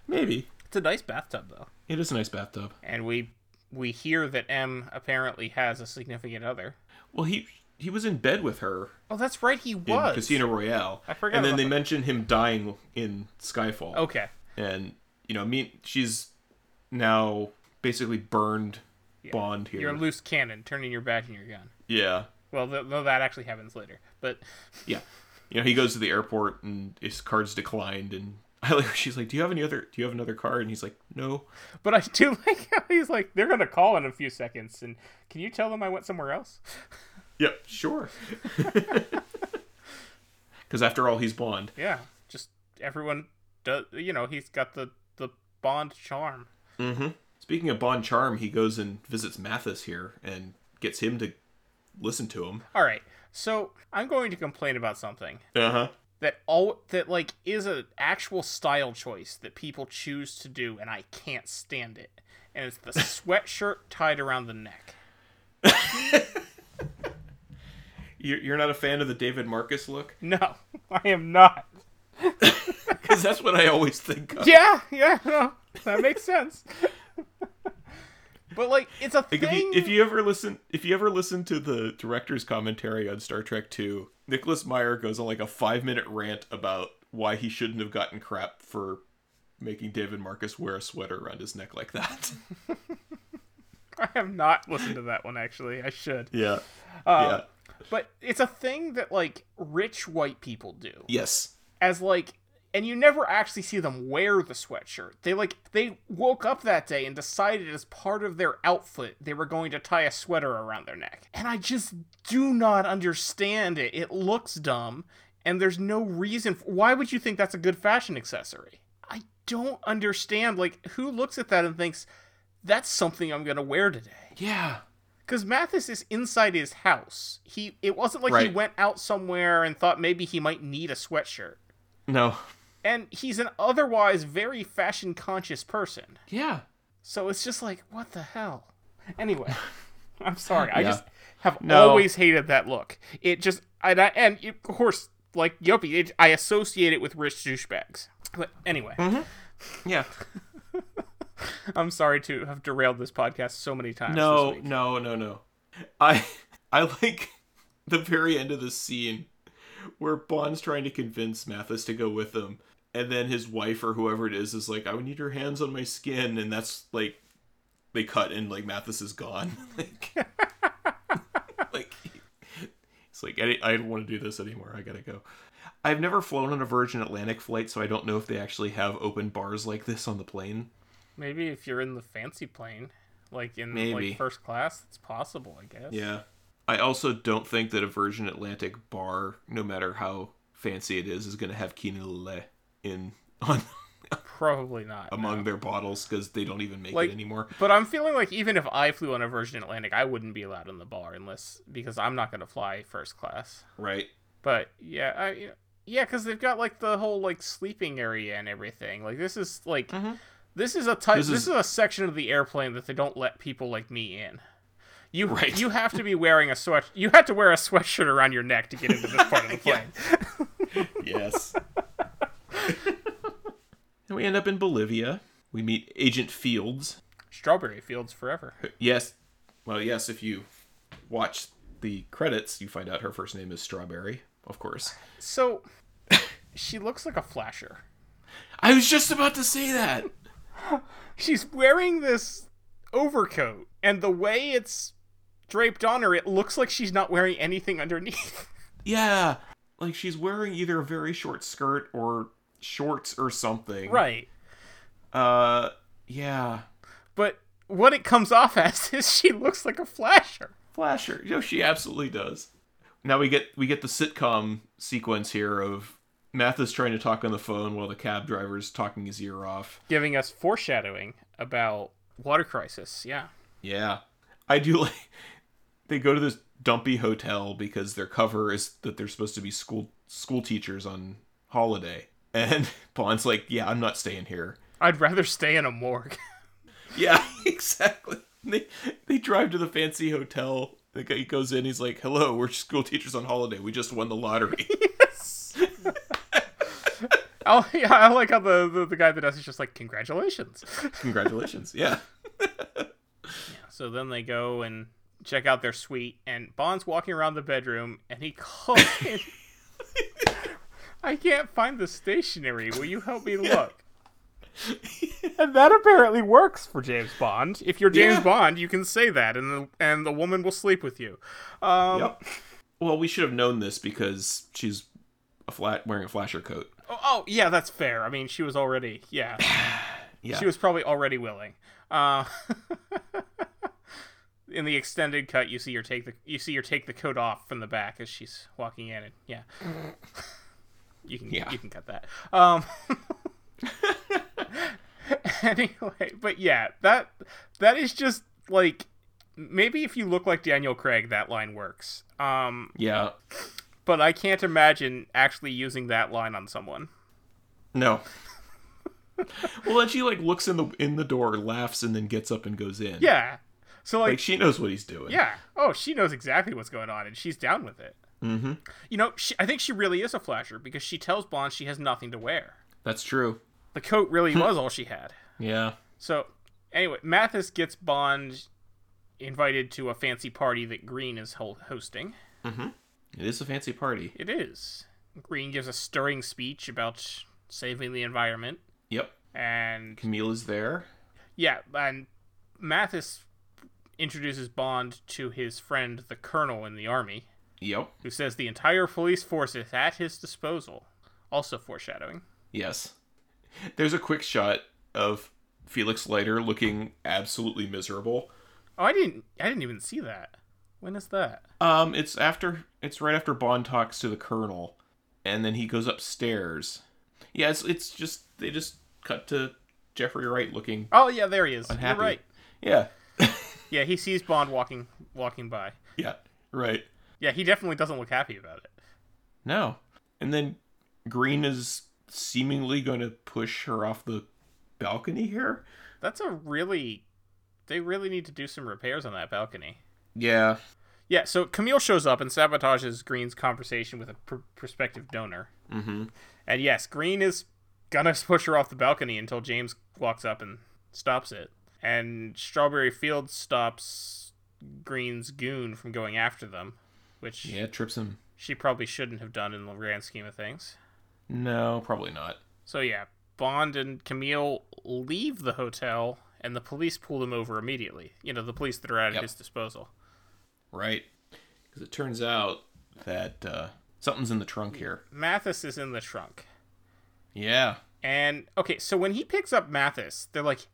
Speaker 2: Maybe.
Speaker 1: it's a nice bathtub though.
Speaker 2: It is a nice bathtub.
Speaker 1: And we we hear that M apparently has a significant other.
Speaker 2: Well, he he was in bed with her
Speaker 1: Oh, that's right, he
Speaker 2: in
Speaker 1: was.
Speaker 2: Casino Royale.
Speaker 1: I forgot
Speaker 2: And then
Speaker 1: about
Speaker 2: they
Speaker 1: that.
Speaker 2: mention him dying in Skyfall.
Speaker 1: Okay.
Speaker 2: And you know, me she's now basically burned Bond here.
Speaker 1: You're a loose cannon, turning your back on your gun.
Speaker 2: yeah.
Speaker 1: Well, th- though that actually happens later. But
Speaker 2: Yeah. You know, he goes to the airport and his card's declined and I like she's like, Do you have any other do you have another card? And he's like, No.
Speaker 1: but I do like how he's like they're going to call in a few seconds and can you tell them I went somewhere else?
Speaker 2: Yep, sure. Because after all, he's Bond.
Speaker 1: Yeah, just everyone does. You know, he's got the the Bond charm.
Speaker 2: Speaking of Bond charm, he goes and visits Mathis here and gets him to listen to him.
Speaker 1: All right, so I'm going to complain about something
Speaker 2: Uh huh.
Speaker 1: that all that like is an actual style choice that people choose to do, and I can't stand it. And it's the sweatshirt tied around the neck.
Speaker 2: You're not a fan of the David Marcus look?
Speaker 1: No, I am not.
Speaker 2: Because that's what I always think of.
Speaker 1: Yeah, yeah, no, that makes sense. but like, it's a
Speaker 2: Like
Speaker 1: thing.
Speaker 2: if you, if you ever listen if you ever listen to the director's commentary on Star Trek 2, Nicholas Meyer goes on like a 5-minute rant about why he shouldn't have gotten crap for making David Marcus wear a sweater around his neck like that.
Speaker 1: I have not listened to that one actually. I should.
Speaker 2: yeah. yeah.
Speaker 1: But it's a thing that like rich white people do.
Speaker 2: Yes.
Speaker 1: As like and you never actually see them wear the sweatshirt. They like they woke up that day and decided as part of their outfit they were going to tie a sweater around their neck. And I just do not understand it. It looks dumb and there's no reason for, why would you think that's a good fashion accessory? I don't understand like who looks at that and thinks that's something I'm going to wear today
Speaker 2: Yeah.
Speaker 1: because Mathis is inside his house. He it wasn't like he
Speaker 2: Right.
Speaker 1: went out somewhere and thought maybe he might need a sweatshirt.
Speaker 2: No.
Speaker 1: And he's an otherwise very fashion conscious person,
Speaker 2: Yeah.
Speaker 1: so it's just like what the hell. Anyway, I'm sorry. I
Speaker 2: Yeah.
Speaker 1: just have
Speaker 2: No.
Speaker 1: always hated that look. It just and I, and it- of course like yuppie, it, I associate it with rich douchebags. But anyway,
Speaker 2: Mm-hmm. Yeah.
Speaker 1: I'm sorry to have derailed this podcast so many times.
Speaker 2: No,
Speaker 1: this week.
Speaker 2: no, no, no. I I like the very end of the scene where Bond's trying to convince Mathis to go with him, and then his wife or whoever it is is like, "I would need your hands on my skin," and that's like they cut and like Mathis is gone. like, like it's like I, I don't want to do this anymore. I gotta go. I've never flown on a Virgin Atlantic flight, so I don't know if they actually have open bars like this on the plane.
Speaker 1: Maybe if you're in the fancy plane, like in
Speaker 2: Maybe.
Speaker 1: like first class, it's possible, I guess.
Speaker 2: Yeah. I also don't think that a Virgin Atlantic bar, no matter how fancy it is, is going to have quinole in on
Speaker 1: Probably not.
Speaker 2: among their bottles because they don't even make
Speaker 1: Like-
Speaker 2: it anymore.
Speaker 1: but I'm feeling like even if I flew on a Virgin Atlantic, I wouldn't be allowed in the bar unless because I'm not gonna fly first class.
Speaker 2: Right.
Speaker 1: But yeah, I yeah, because they've got like the whole like sleeping area and everything. Like this is like this is a type. This,
Speaker 2: This
Speaker 1: is
Speaker 2: is-
Speaker 1: a section of the airplane that they don't let people like me in. You
Speaker 2: Right.
Speaker 1: you have to be wearing a sweat. You have to wear a sweatshirt around your neck to get into this part of the plane.
Speaker 2: Yes. And we end up in Bolivia. We meet Agent Fields.
Speaker 1: Strawberry Fields Forever.
Speaker 2: Yes. Well, yes, if you watch the credits, you find out her first name is Strawberry, of course.
Speaker 1: So, she looks like a flasher.
Speaker 2: I was just about to say that.
Speaker 1: She's wearing this overcoat, and the way it's draped on her, it looks like she's not wearing anything underneath.
Speaker 2: Yeah. Like she's wearing either a very short skirt or shorts or something.
Speaker 1: right.
Speaker 2: Uh yeah.
Speaker 1: But what it comes off as is she looks like a flasher.
Speaker 2: Flasher. No, she absolutely does. Now we get we get the sitcom sequence here of Mathis trying to talk on the phone while the cab driver's talking his ear off.
Speaker 1: Giving us foreshadowing about water crisis. Yeah.
Speaker 2: Yeah. I do like they go to this dumpy hotel because their cover is that they're supposed to be school school teachers on holiday. And Bond's like, "Yeah, I'm not staying here."
Speaker 1: I'd rather stay in a morgue.
Speaker 2: Yeah, exactly. They they drive to the fancy hotel. The guy goes in. He's like, "Hello, we're school teachers on holiday. We just won the lottery."
Speaker 1: Oh yeah, I like how the, the, the guy that does is just like, congratulations.
Speaker 2: Congratulations. Yeah.
Speaker 1: So then they go and check out their suite, and Bond's walking around the bedroom, and he calls in. I can't find the stationery. Will you help me look? and that apparently works for James Bond. If you're James
Speaker 2: Yeah.
Speaker 1: Bond, you can say that, and the, and the woman will sleep with you. Um,
Speaker 2: Yep. Well, we should have known this because she's a flat wearing a flasher coat.
Speaker 1: oh, oh, yeah, that's fair. I mean, she was already, yeah,
Speaker 2: Yeah.
Speaker 1: she was probably already willing. Uh, in the extended cut, you see her take the you see her take the coat off from the back as she's walking in, and yeah, you can
Speaker 2: Yeah.
Speaker 1: you can cut that. Um, anyway, but yeah, that that is just like maybe if you look like Daniel Craig, that line works. Um,
Speaker 2: yeah.
Speaker 1: but I can't imagine actually using that line on someone.
Speaker 2: No. well, then she like looks in the in the door, laughs, and then gets up and goes in.
Speaker 1: Yeah, so
Speaker 2: Like she knows what he's doing.
Speaker 1: Yeah. Oh, she knows exactly what's going on, and she's down with it. Mm-hmm. You know, she, I think she really is a flasher because she tells Bond she has nothing to wear.
Speaker 2: That's true.
Speaker 1: The coat really was all she had.
Speaker 2: Yeah.
Speaker 1: So, anyway, Mathis gets Bond invited to a fancy party that Green is hol- hosting.
Speaker 2: It is a fancy party.
Speaker 1: It is. Green gives a stirring speech about saving the environment,
Speaker 2: Yep.
Speaker 1: and
Speaker 2: Camille is there.
Speaker 1: Yeah, and Mathis introduces Bond to his friend, the Colonel, in the army.
Speaker 2: Yep.
Speaker 1: who says the entire police force is at his disposal. Also foreshadowing.
Speaker 2: Yes. There's a quick shot of Felix Leiter looking absolutely miserable.
Speaker 1: Oh, I didn't. I didn't even see that. When is that?
Speaker 2: Um, it's after it's right after Bond talks to the colonel, and then he goes upstairs. Yeah, it's it's just they just cut to Jeffrey Wright looking
Speaker 1: Oh yeah, there he is.
Speaker 2: unhappy.
Speaker 1: You're right.
Speaker 2: Yeah.
Speaker 1: Yeah, he sees Bond walking walking by.
Speaker 2: Yeah. Right.
Speaker 1: Yeah, he definitely doesn't look happy about it.
Speaker 2: No. And then Green is seemingly going to push her off the balcony here.
Speaker 1: That's a really. They really need to do some repairs on that balcony.
Speaker 2: Yeah.
Speaker 1: Yeah, so Camille shows up and sabotages Green's conversation with a pr- prospective donor. Mm-hmm. And yes, Green is gonna push her off the balcony until James walks up and stops it. And Strawberry Fields stops Green's goon from going after them, which
Speaker 2: Yeah, trips him.
Speaker 1: she probably shouldn't have done in the grand scheme of things.
Speaker 2: No, probably not.
Speaker 1: So yeah, Bond and Camille leave the hotel, and the police pull them over immediately. You know, the police that are at
Speaker 2: Yep.
Speaker 1: his disposal.
Speaker 2: Right. Because it turns out that uh, something's in the trunk here.
Speaker 1: Mathis is in the trunk.
Speaker 2: Yeah.
Speaker 1: And okay, so when he picks up Mathis, they're like,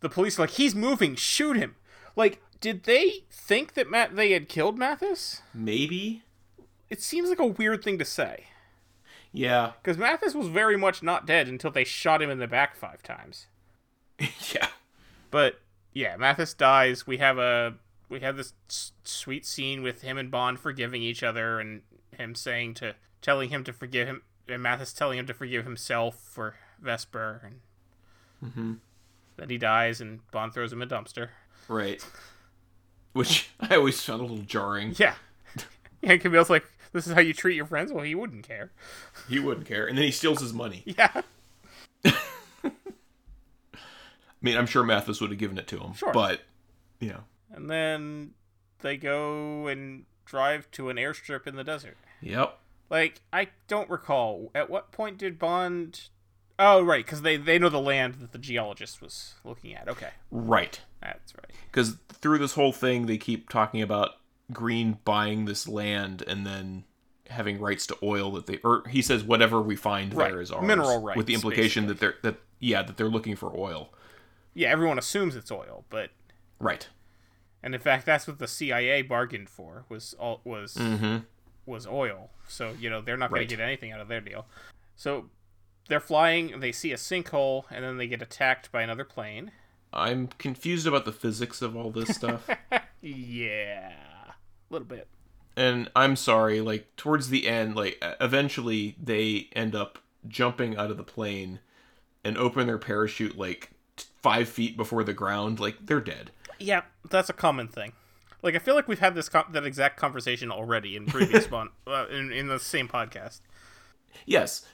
Speaker 1: the police are like, he's moving, shoot him. Like, did they think that Matt they had killed Mathis?
Speaker 2: Maybe.
Speaker 1: It seems like a weird thing to say
Speaker 2: Yeah.
Speaker 1: because Mathis was very much not dead until they shot him in the back five times.
Speaker 2: yeah.
Speaker 1: But yeah, Mathis dies. We have a we have this s- sweet scene with him and Bond forgiving each other, and him saying to telling him to forgive him, and Mathis telling him to forgive himself for Vesper, and then he dies, and Bond throws him in a dumpster.
Speaker 2: Right. Which I always found a little jarring.
Speaker 1: Yeah, yeah. And Camille's like, "This is how you treat your friends." Well, he wouldn't care.
Speaker 2: He wouldn't care. And then he steals his money.
Speaker 1: Yeah.
Speaker 2: mean, I'm sure Mathis would have given it to him.
Speaker 1: Sure.
Speaker 2: But, you know.
Speaker 1: And then they go and drive to an airstrip in the desert.
Speaker 2: Yep.
Speaker 1: Like I don't recall at what point did Bond. Oh right, because they they know the land that the geologist was looking at. Okay,
Speaker 2: Right.
Speaker 1: that's right.
Speaker 2: Because through this whole thing, they keep talking about Green buying this land and then having rights to oil that they or he says whatever we find
Speaker 1: Right.
Speaker 2: there is ours
Speaker 1: Mineral
Speaker 2: with the
Speaker 1: rights,
Speaker 2: implication that they're that yeah that they're looking for oil
Speaker 1: Yeah, everyone assumes it's oil, but
Speaker 2: right
Speaker 1: and in fact that's what the CIA bargained for was all was was oil. So you know they're not going
Speaker 2: Right.
Speaker 1: to get anything out of their deal. So they're flying, and they see a sinkhole, and then they get attacked by another plane.
Speaker 2: i'm confused about the physics of all this stuff
Speaker 1: Yeah, a little bit.
Speaker 2: and i'm sorry like towards the end like e- eventually they end up jumping out of the plane and open their parachute like t- five feet before the ground like they're dead
Speaker 1: Yeah, that's a common thing. Like I feel like we've had this com- that exact conversation already in previous one uh, in in the same podcast.
Speaker 2: yes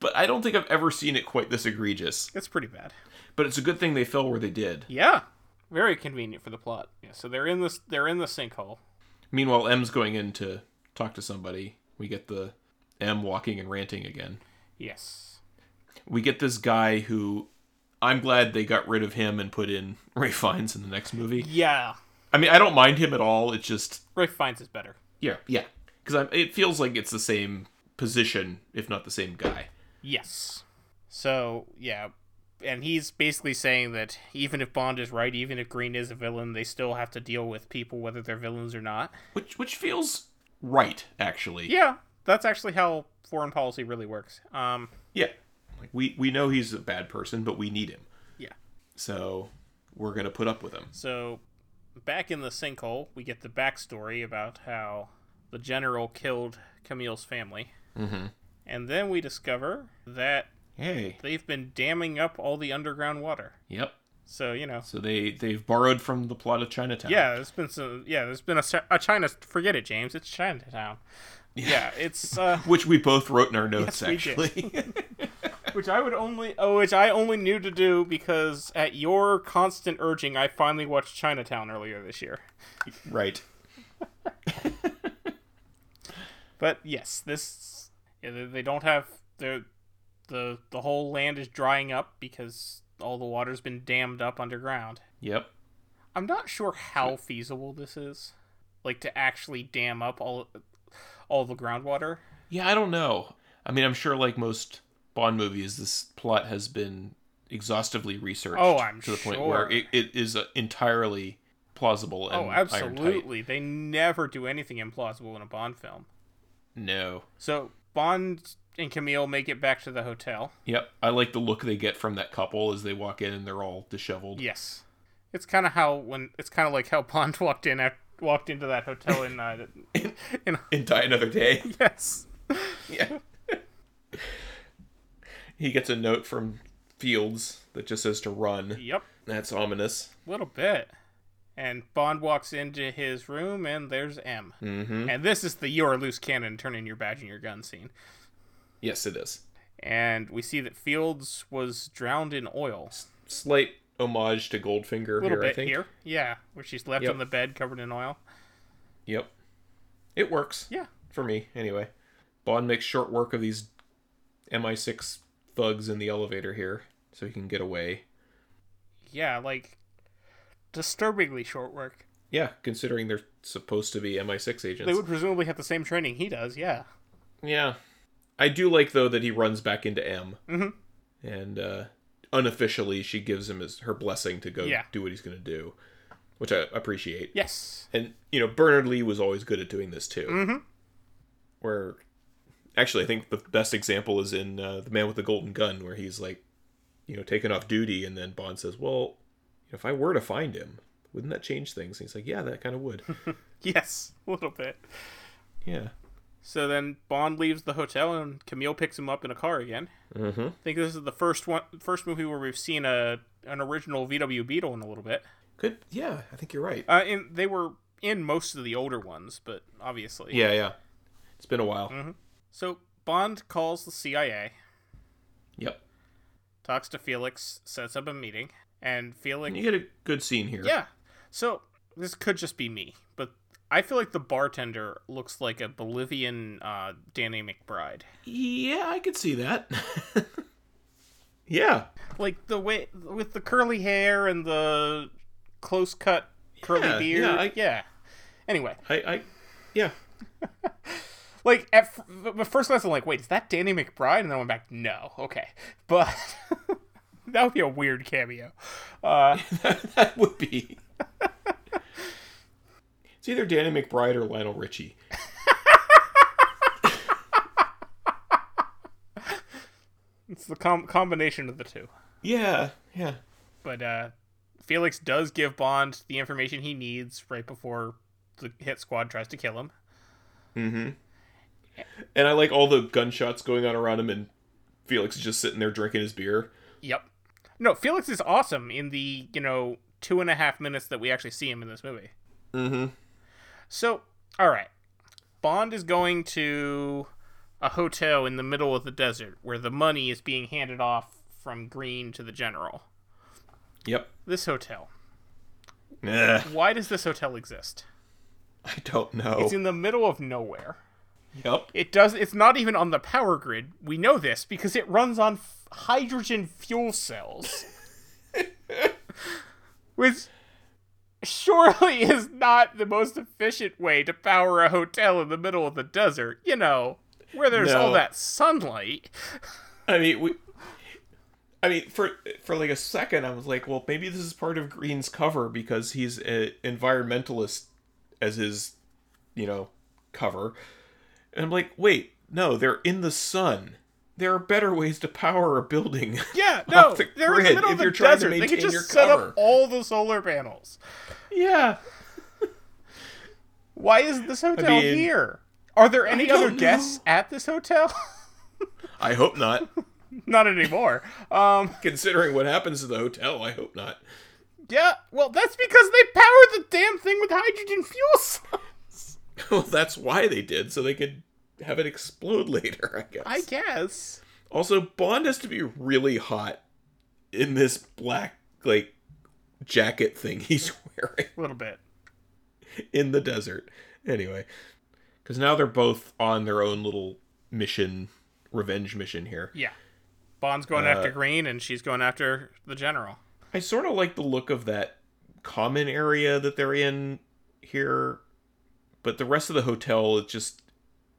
Speaker 2: but i don't think i've ever seen it quite this egregious
Speaker 1: It's pretty bad.
Speaker 2: but it's a good thing they fell where they did
Speaker 1: Yeah, very convenient for the plot. Yeah, so they're in this they're in the sinkhole.
Speaker 2: meanwhile m's going in to talk to somebody we get the m walking and ranting again
Speaker 1: Yes.
Speaker 2: we get this guy who i'm glad they got rid of him and put in ray fines in the next movie
Speaker 1: Yeah,
Speaker 2: i mean i don't mind him at all it's just
Speaker 1: Ray finds is better.
Speaker 2: Yeah, yeah. Because it feels like it's the same position, if not the same guy.
Speaker 1: Yes. So yeah, and he's basically saying that even if Bond is right, even if Green is a villain, they still have to deal with people whether they're villains or not.
Speaker 2: Which which feels right, actually.
Speaker 1: Yeah, that's actually how foreign policy really works. Um,
Speaker 2: Yeah. Like we we know he's a bad person, but we need him,
Speaker 1: yeah.
Speaker 2: so we're gonna put up with him.
Speaker 1: So, back in the sinkhole, we get the backstory about how the general killed Camille's family. Mm-hmm. And then we discover that
Speaker 2: Hey.
Speaker 1: they've been damming up all the underground water.
Speaker 2: Yep.
Speaker 1: So, you know.
Speaker 2: So they they've borrowed from the plot of Chinatown.
Speaker 1: Yeah, there's been some. Yeah, there's been a, Chi- a China. Forget it, James. It's Chinatown. Yeah, it's uh,
Speaker 2: Which we both wrote in our notes,
Speaker 1: Yes, we did.
Speaker 2: actually.
Speaker 1: which I would only, oh, which I only knew to do because at your constant urging, I finally watched Chinatown earlier this year.
Speaker 2: right.
Speaker 1: But yes, this yeah, they- they don't have their the the whole land is drying up because all the water's been dammed up underground.
Speaker 2: Yep.
Speaker 1: I'm not sure how feasible this is, like to actually dam up all all the groundwater.
Speaker 2: Yeah, I don't know. I mean, I'm sure, like most Bond movies, this plot has been exhaustively researched.
Speaker 1: Oh, I'm
Speaker 2: to the point where
Speaker 1: sure.
Speaker 2: it, it is uh, entirely plausible. And
Speaker 1: oh,
Speaker 2: Irontight.
Speaker 1: absolutely! They never do anything implausible in a Bond film.
Speaker 2: No.
Speaker 1: So Bond and Camille make it back to the hotel.
Speaker 2: Yep. I like the look they get from that couple as they walk in and they're all disheveled.
Speaker 1: Yes, it's kind of how when it's kind of like how Bond walked in at, walked into that hotel in uh, in
Speaker 2: And die another day.
Speaker 1: yes.
Speaker 2: yeah. he gets a note from Fields that just says to run.
Speaker 1: Yep,
Speaker 2: That's ominous.
Speaker 1: a little bit. And Bond walks into his room, and there's M.
Speaker 2: Hmm.
Speaker 1: Mm-hmm. And this is the "you are loose cannon, turn in your badge and your gun" scene.
Speaker 2: Yes, it is.
Speaker 1: And we see that Fields was drowned in oil.
Speaker 2: Slight homage to Goldfinger
Speaker 1: A little
Speaker 2: here, I
Speaker 1: bit
Speaker 2: think.
Speaker 1: here, yeah, where she's left
Speaker 2: Yep.
Speaker 1: on the bed covered in oil.
Speaker 2: Yep. It works.
Speaker 1: Yeah,
Speaker 2: for me anyway. Bond makes short work of these MI6 thugs in the elevator here, so he can get away.
Speaker 1: yeah, like disturbingly short work.
Speaker 2: Yeah, considering they're supposed to be MI6 agents.
Speaker 1: They would presumably have the same training he does. Yeah,
Speaker 2: Yeah, I do like though that he runs back into M, mm-hmm. and uh, unofficially she gives him his her blessing to go
Speaker 1: Yeah.
Speaker 2: do what he's going to do, which I appreciate.
Speaker 1: yes,
Speaker 2: And you know, Bernard Lee was always good at doing this too. Mm-hmm. Where, actually, I think the best example is in uh, the Man with the Golden Gun, where he's like, you know, taken off duty, and then Bond says, "Well, if I were to find him, wouldn't that change things?" And he's like, "Yeah, that kind of would."
Speaker 1: yes, a little bit.
Speaker 2: yeah.
Speaker 1: So then Bond leaves the hotel and Camille picks him up in a car again. Mm-hmm. I think this is the first one, first movie where we've seen a an original VW Beetle in a little bit.
Speaker 2: Good. Yeah, I think you're right.
Speaker 1: Uh, and they were in most of the older ones, but obviously,
Speaker 2: yeah, yeah. It's been a while.
Speaker 1: So Bond calls the CIA,
Speaker 2: Yep.
Speaker 1: talks to Felix, sets up a meeting, and feeling
Speaker 2: You get a good scene here.
Speaker 1: yeah. So this could just be me, but I feel like the bartender looks like a Bolivian uh, Danny McBride.
Speaker 2: Yeah, I could see that. yeah.
Speaker 1: Like the way with the curly hair and the close cut curly
Speaker 2: Yeah,
Speaker 1: beard.
Speaker 2: yeah, I-
Speaker 1: yeah. Anyway,
Speaker 2: I, I yeah.
Speaker 1: like at f- but first glance, I'm like, wait, is that Danny McBride? And then I went back, no, okay, but that would be a weird cameo. Uh,
Speaker 2: that would be. It's either Danny McBride or Lionel Richie.
Speaker 1: it's the com- combination of the two.
Speaker 2: Yeah, yeah.
Speaker 1: But uh, Felix does give Bond the information he needs right before the hit squad tries to kill him.
Speaker 2: And I like all the gunshots going on around him, and Felix is just sitting there drinking his beer.
Speaker 1: Yep. No, Felix is awesome in the, you know, two and a half minutes that we actually see him in this movie.
Speaker 2: Mhm.
Speaker 1: So, all right. Bond is going to a hotel in the middle of the desert where the money is being handed off from Green to the general.
Speaker 2: Yep.
Speaker 1: This hotel.
Speaker 2: Eh,
Speaker 1: Why does this hotel exist?
Speaker 2: I don't know.
Speaker 1: It's in the middle of nowhere.
Speaker 2: Yep.
Speaker 1: It does. It's not even on the power grid. We know this because it runs on f- hydrogen fuel cells, which surely is not the most efficient way to power a hotel in the middle of the desert. You know, where there's all
Speaker 2: No.
Speaker 1: that sunlight.
Speaker 2: I mean, we. I mean, for for like a second, I was like, well, maybe this is part of Green's cover because he's an environmentalist as his, you know, cover. And I'm like, wait, no, they're in the sun. There are better ways to power a building.
Speaker 1: Yeah, no,
Speaker 2: Off the
Speaker 1: they're in the
Speaker 2: grid,
Speaker 1: middle of
Speaker 2: if
Speaker 1: the
Speaker 2: you're trying to
Speaker 1: desert. They could
Speaker 2: maintain your
Speaker 1: just set up
Speaker 2: cover.
Speaker 1: all the solar panels.
Speaker 2: yeah.
Speaker 1: Why is this hotel
Speaker 2: mean,
Speaker 1: here? Are there any
Speaker 2: don't
Speaker 1: other guests at this hotel?
Speaker 2: I hope not.
Speaker 1: not anymore. Um.
Speaker 2: Considering what happens to the hotel, I hope not.
Speaker 1: Yeah, well, that's because they powered the damn thing with hydrogen fuel cells.
Speaker 2: well, that's why they did, so they could have it explode later, I guess.
Speaker 1: I guess.
Speaker 2: Also, Bond has to be really hot in this black, like, jacket thing he's wearing
Speaker 1: A little bit.
Speaker 2: in the desert. Anyway, because now they're both on their own little mission, revenge mission here.
Speaker 1: Yeah. Bond's
Speaker 2: Uh,
Speaker 1: going after Green, and she's going after the general.
Speaker 2: I sort of like the look of that common area that they're in here, but the rest of the hotel it just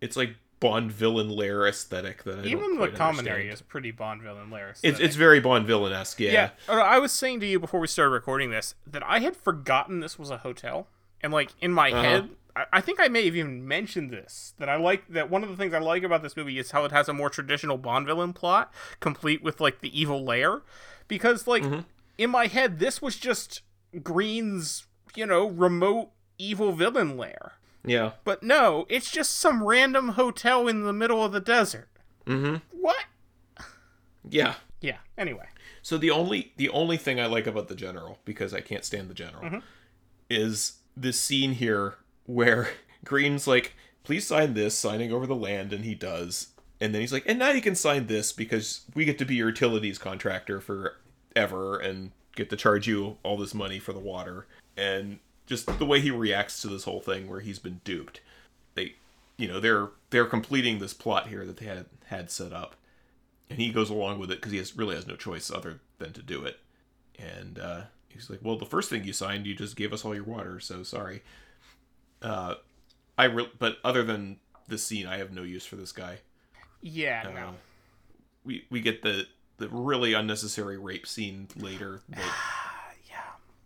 Speaker 2: it's like Bond villain lair aesthetic that I don't
Speaker 1: Even the
Speaker 2: quite
Speaker 1: common
Speaker 2: understand.
Speaker 1: area is pretty Bond villain lair.
Speaker 2: It's it's very Bond villain esque, yeah.
Speaker 1: yeah. Uh, I was saying to you before we started recording this that I had forgotten this was a hotel, and like in my head, I, I think I may have even mentioned this that I like that one of the things I like about this movie is how it has a more traditional Bond villain plot, complete with like the evil lair, because like in my head this was just Green's you know remote evil villain lair,
Speaker 2: Yeah.
Speaker 1: but no, it's just some random hotel in the middle of the desert. Mm-hmm. What?
Speaker 2: Yeah.
Speaker 1: Yeah. Anyway.
Speaker 2: So the only the only thing I like about the general, because I can't stand the general, is this scene here where Green's like, please sign this, signing over the land, and he does. And then he's like, and now you can sign this because we get to be your utilities contractor for ever and get to charge you all this money for the water. And just the way he reacts to this whole thing where he's been duped. They you know, they're they're completing this plot here that they had had set up and he goes along with it because he has, really has no choice other than to do it. And uh, he's like, "Well, the first thing you signed, you just gave us all your water, so sorry." Uh, I re- but other than this scene, I have no use for this guy.
Speaker 1: Yeah.
Speaker 2: Uh,
Speaker 1: No.
Speaker 2: We we get the the really unnecessary rape scene later. That, yeah.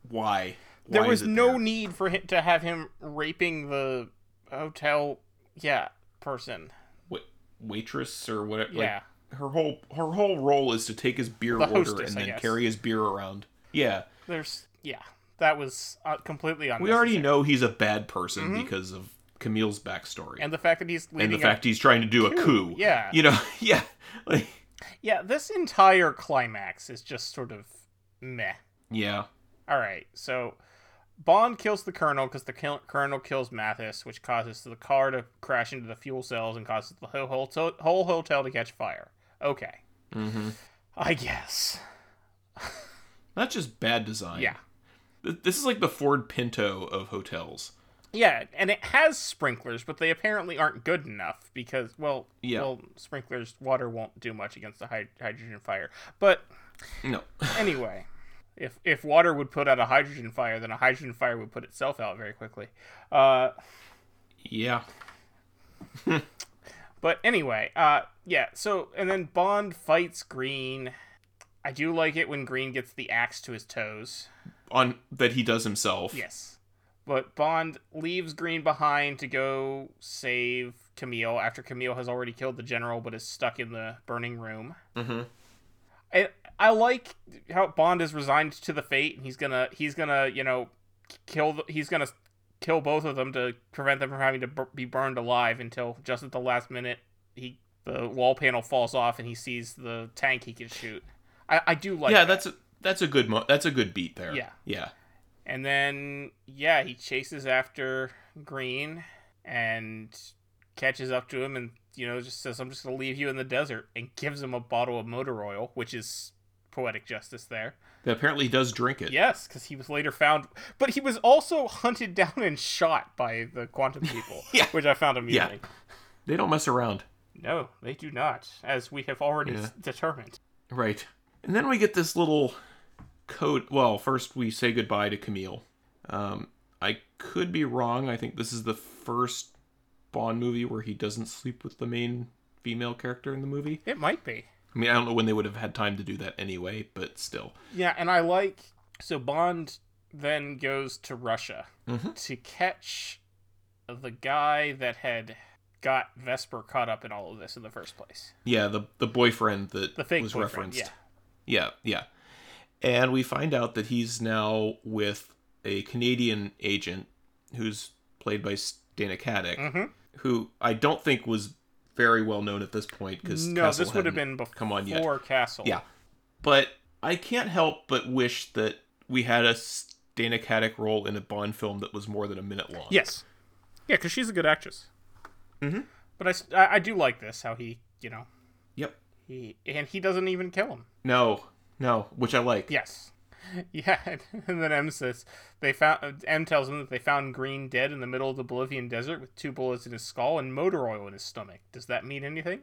Speaker 2: Why?
Speaker 1: there
Speaker 2: Why
Speaker 1: was
Speaker 2: is it
Speaker 1: no
Speaker 2: there?
Speaker 1: need for him to have him raping the hotel yeah person
Speaker 2: Wa- waitress or whatever.
Speaker 1: yeah
Speaker 2: Like, her whole her whole role is to take his beer
Speaker 1: The
Speaker 2: order
Speaker 1: hostess, I
Speaker 2: and then
Speaker 1: guess.
Speaker 2: carry his beer around. Yeah.
Speaker 1: there's yeah that was uh, completely
Speaker 2: We
Speaker 1: unnecessary.
Speaker 2: already know he's a bad person because of Camille's backstory
Speaker 1: Mm-hmm. and the fact that he's
Speaker 2: And
Speaker 1: leading
Speaker 2: the fact he's trying to do a coup.
Speaker 1: yeah.
Speaker 2: You know, yeah. Like,
Speaker 1: up, yeah this entire climax is just sort of meh
Speaker 2: yeah.
Speaker 1: all right so bond kills the colonel because the col- colonel kills mathis which causes the car to crash into the fuel cells and causes the whole hotel, whole
Speaker 2: Mm-hmm.
Speaker 1: hotel to catch fire okay i guess
Speaker 2: Not just bad design.
Speaker 1: Yeah.
Speaker 2: Th- This is like the Ford Pinto of hotels.
Speaker 1: Yeah, and it has sprinklers, but they apparently aren't good enough because, well,
Speaker 2: Yeah.
Speaker 1: well, sprinklers water won't do much against the hyd- hydrogen fire. But
Speaker 2: No.
Speaker 1: anyway, if if water would put out a hydrogen fire, then a hydrogen fire would put itself out very quickly. Uh,
Speaker 2: yeah.
Speaker 1: But anyway, uh, yeah. So and then Bond fights Green. I do like it when Green gets the axe to his toes.
Speaker 2: On that he does himself.
Speaker 1: Yes. But Bond leaves Green behind to go save Camille after Camille has already killed the general but is stuck in the burning room. Mm-hmm. I I like how Bond is resigned to the fate and he's gonna he's gonna you know kill the, he's gonna kill both of them to prevent them from having to bur- be burned alive until just at the last minute he the wall panel falls off and he sees the tank he can shoot. I, I do like
Speaker 2: yeah,
Speaker 1: that.
Speaker 2: that's a, that's a good mo- that's a good beat there.
Speaker 1: Yeah.
Speaker 2: Yeah.
Speaker 1: And then, yeah, he chases after Green and catches up to him and, you know, just says, I'm just going to leave you in the desert and gives him a bottle of motor oil, which is poetic justice there.
Speaker 2: That apparently does drink it.
Speaker 1: Yes, because he was later found. But he was also hunted down and shot by the quantum people,
Speaker 2: Yeah.
Speaker 1: which I found amusing.
Speaker 2: They don't mess around.
Speaker 1: No, they do not, as we have already
Speaker 2: Yeah.
Speaker 1: s- determined.
Speaker 2: Right. And then we get this little code. Well, first we say goodbye to Camille. Um, I could be wrong. I think this is the first Bond movie where he doesn't sleep with the main female character in the movie.
Speaker 1: It might be.
Speaker 2: I mean, I don't know when they would have had time to do that anyway, but still.
Speaker 1: Yeah, and I like so Bond then goes to Russia
Speaker 2: Mm-hmm.
Speaker 1: to catch the guy that had got Vesper caught up in all of this in the first place.
Speaker 2: Yeah, the the boyfriend that
Speaker 1: The fake
Speaker 2: was
Speaker 1: boyfriend,
Speaker 2: referenced.
Speaker 1: yeah.
Speaker 2: yeah, yeah. And we find out that he's now with a Canadian agent who's played by Dana Caddick,
Speaker 1: Mm-hmm.
Speaker 2: who I don't think was very well known at this point because
Speaker 1: No, this would have been before
Speaker 2: come on yet.
Speaker 1: Castle.
Speaker 2: Yeah, but I can't help but wish that we had a s- Dana Caddick role in a Bond film that was more than a minute long.
Speaker 1: Yes. Yeah, because she's a good actress. Mm-hmm. But I s- I, I do like this how he you know
Speaker 2: Yep.
Speaker 1: he and he doesn't even kill him.
Speaker 2: No. No. Which I like.
Speaker 1: Yes. Yeah, and then M says they found M tells him that they found Green dead in the middle of the Bolivian desert with two bullets in his skull and motor oil in his stomach. Does that mean anything?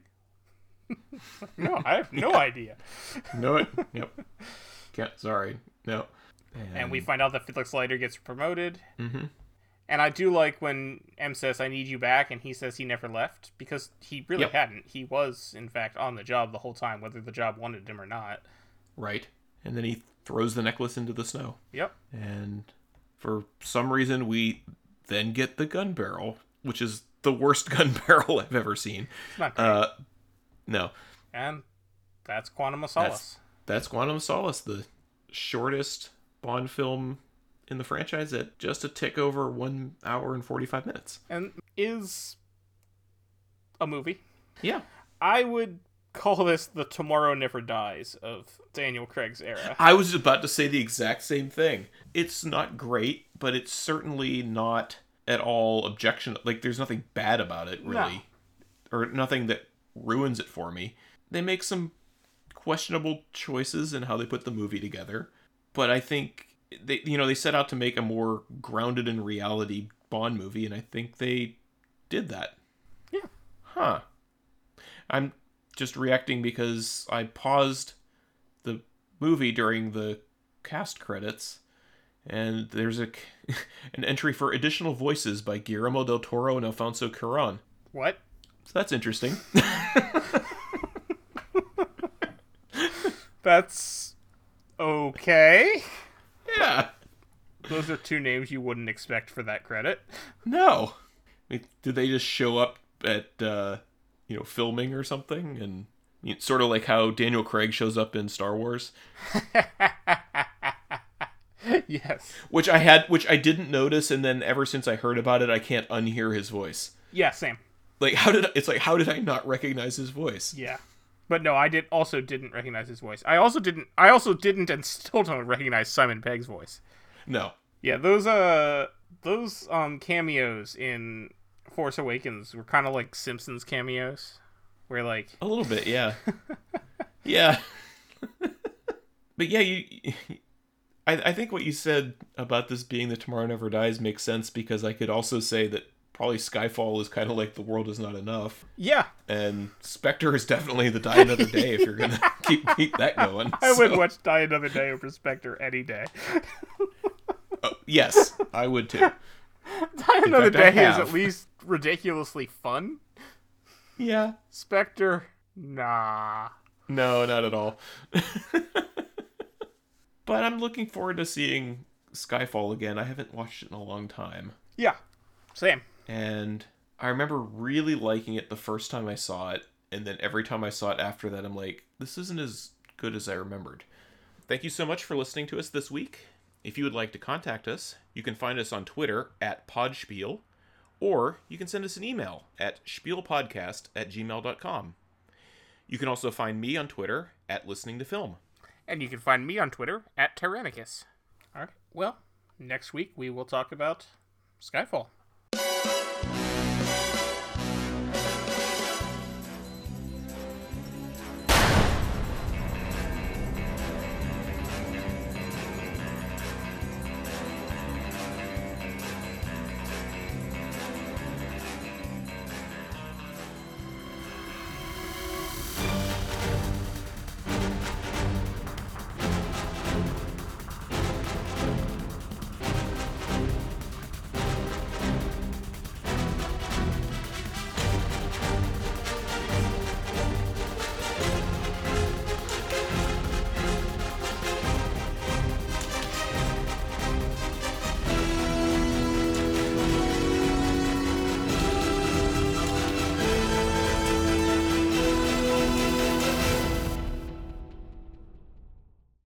Speaker 1: no, I have no idea.
Speaker 2: No. It. yep. Can't. Sorry. No.
Speaker 1: And we find out that Felix Leiter gets promoted. Mm-hmm. And I do like when M says, "I need you back," and he says he never left because he really
Speaker 2: Yep.
Speaker 1: hadn't. He was, in fact, on the job the whole time, whether the job wanted him or not.
Speaker 2: Right. And then he throws the necklace into the snow.
Speaker 1: Yep.
Speaker 2: And for some reason, we then get the gun barrel, which is the worst gun barrel I've ever seen.
Speaker 1: Not great.
Speaker 2: Uh, no,
Speaker 1: and that's Quantum of Solace.
Speaker 2: that's Quantum of Solace, the shortest Bond film in the franchise at just a tick over one hour and 45 minutes.
Speaker 1: and is a movie.
Speaker 2: Yeah.
Speaker 1: I would call this the Tomorrow Never Dies of Daniel Craig's era.
Speaker 2: I was about to say the exact same thing. It's not great, but it's certainly not at all objection. Like, there's nothing bad about it, really, or nothing that ruins it for me. They make some questionable choices in how they put the movie together, but I think they, you know, they set out to make a more grounded in reality Bond movie, and I think they did that.
Speaker 1: Yeah.
Speaker 2: Huh. I'm just reacting because I paused the movie during the cast credits, and there's a c- an entry for additional voices by Guillermo del Toro and Alfonso Cuarón.
Speaker 1: What?
Speaker 2: So that's interesting.
Speaker 1: That's okay.
Speaker 2: yeah.
Speaker 1: Those are two names you wouldn't expect for that credit.
Speaker 2: No. I mean, did they just show up at uh, you know filming or something, and you know, sort of like how Daniel Craig shows up in Star Wars?
Speaker 1: yes.
Speaker 2: which I had, which I didn't notice, and then ever since I heard about it, I can't unhear his voice.
Speaker 1: Yeah, Sam.
Speaker 2: Like how did I, it's like how did I not recognize his voice?
Speaker 1: Yeah. But no, I did also didn't recognize his voice. I also didn't I also didn't and still don't recognize Simon Pegg's voice.
Speaker 2: No,
Speaker 1: Yeah, those uh those um cameos in Force Awakens were kind of like Simpsons cameos where like
Speaker 2: a little bit, yeah, yeah. but yeah, you I, I think what you said about this being the Tomorrow Never Dies makes sense because I could also say that probably Skyfall is kind of like The World Is Not Enough,
Speaker 1: Yeah,
Speaker 2: and Spectre is definitely the Die Another Day if you're gonna keep keep that going.
Speaker 1: I would
Speaker 2: So,
Speaker 1: watch Die Another Day over Spectre any day.
Speaker 2: Yes, I would too.
Speaker 1: Die Another
Speaker 2: fact, I
Speaker 1: Day is
Speaker 2: have.
Speaker 1: at least ridiculously fun.
Speaker 2: Yeah.
Speaker 1: Spectre, nah.
Speaker 2: No, not at all. but I'm looking forward to seeing Skyfall again. I haven't watched it in a long time.
Speaker 1: Yeah, same.
Speaker 2: And I remember really liking it the first time I saw it. And then every time I saw it after that, I'm like, this isn't as good as I remembered. Thank you so much for listening to us this week. If you would like to contact us, you can find us on Twitter at Podspiel, or you can send us an email at spielpodcast at gmail.com. You can also find me on Twitter at listening to film.
Speaker 1: And you can find me on Twitter at Tyrannicus. All right. Well, next week we will talk about Skyfall.
Speaker 7: Thank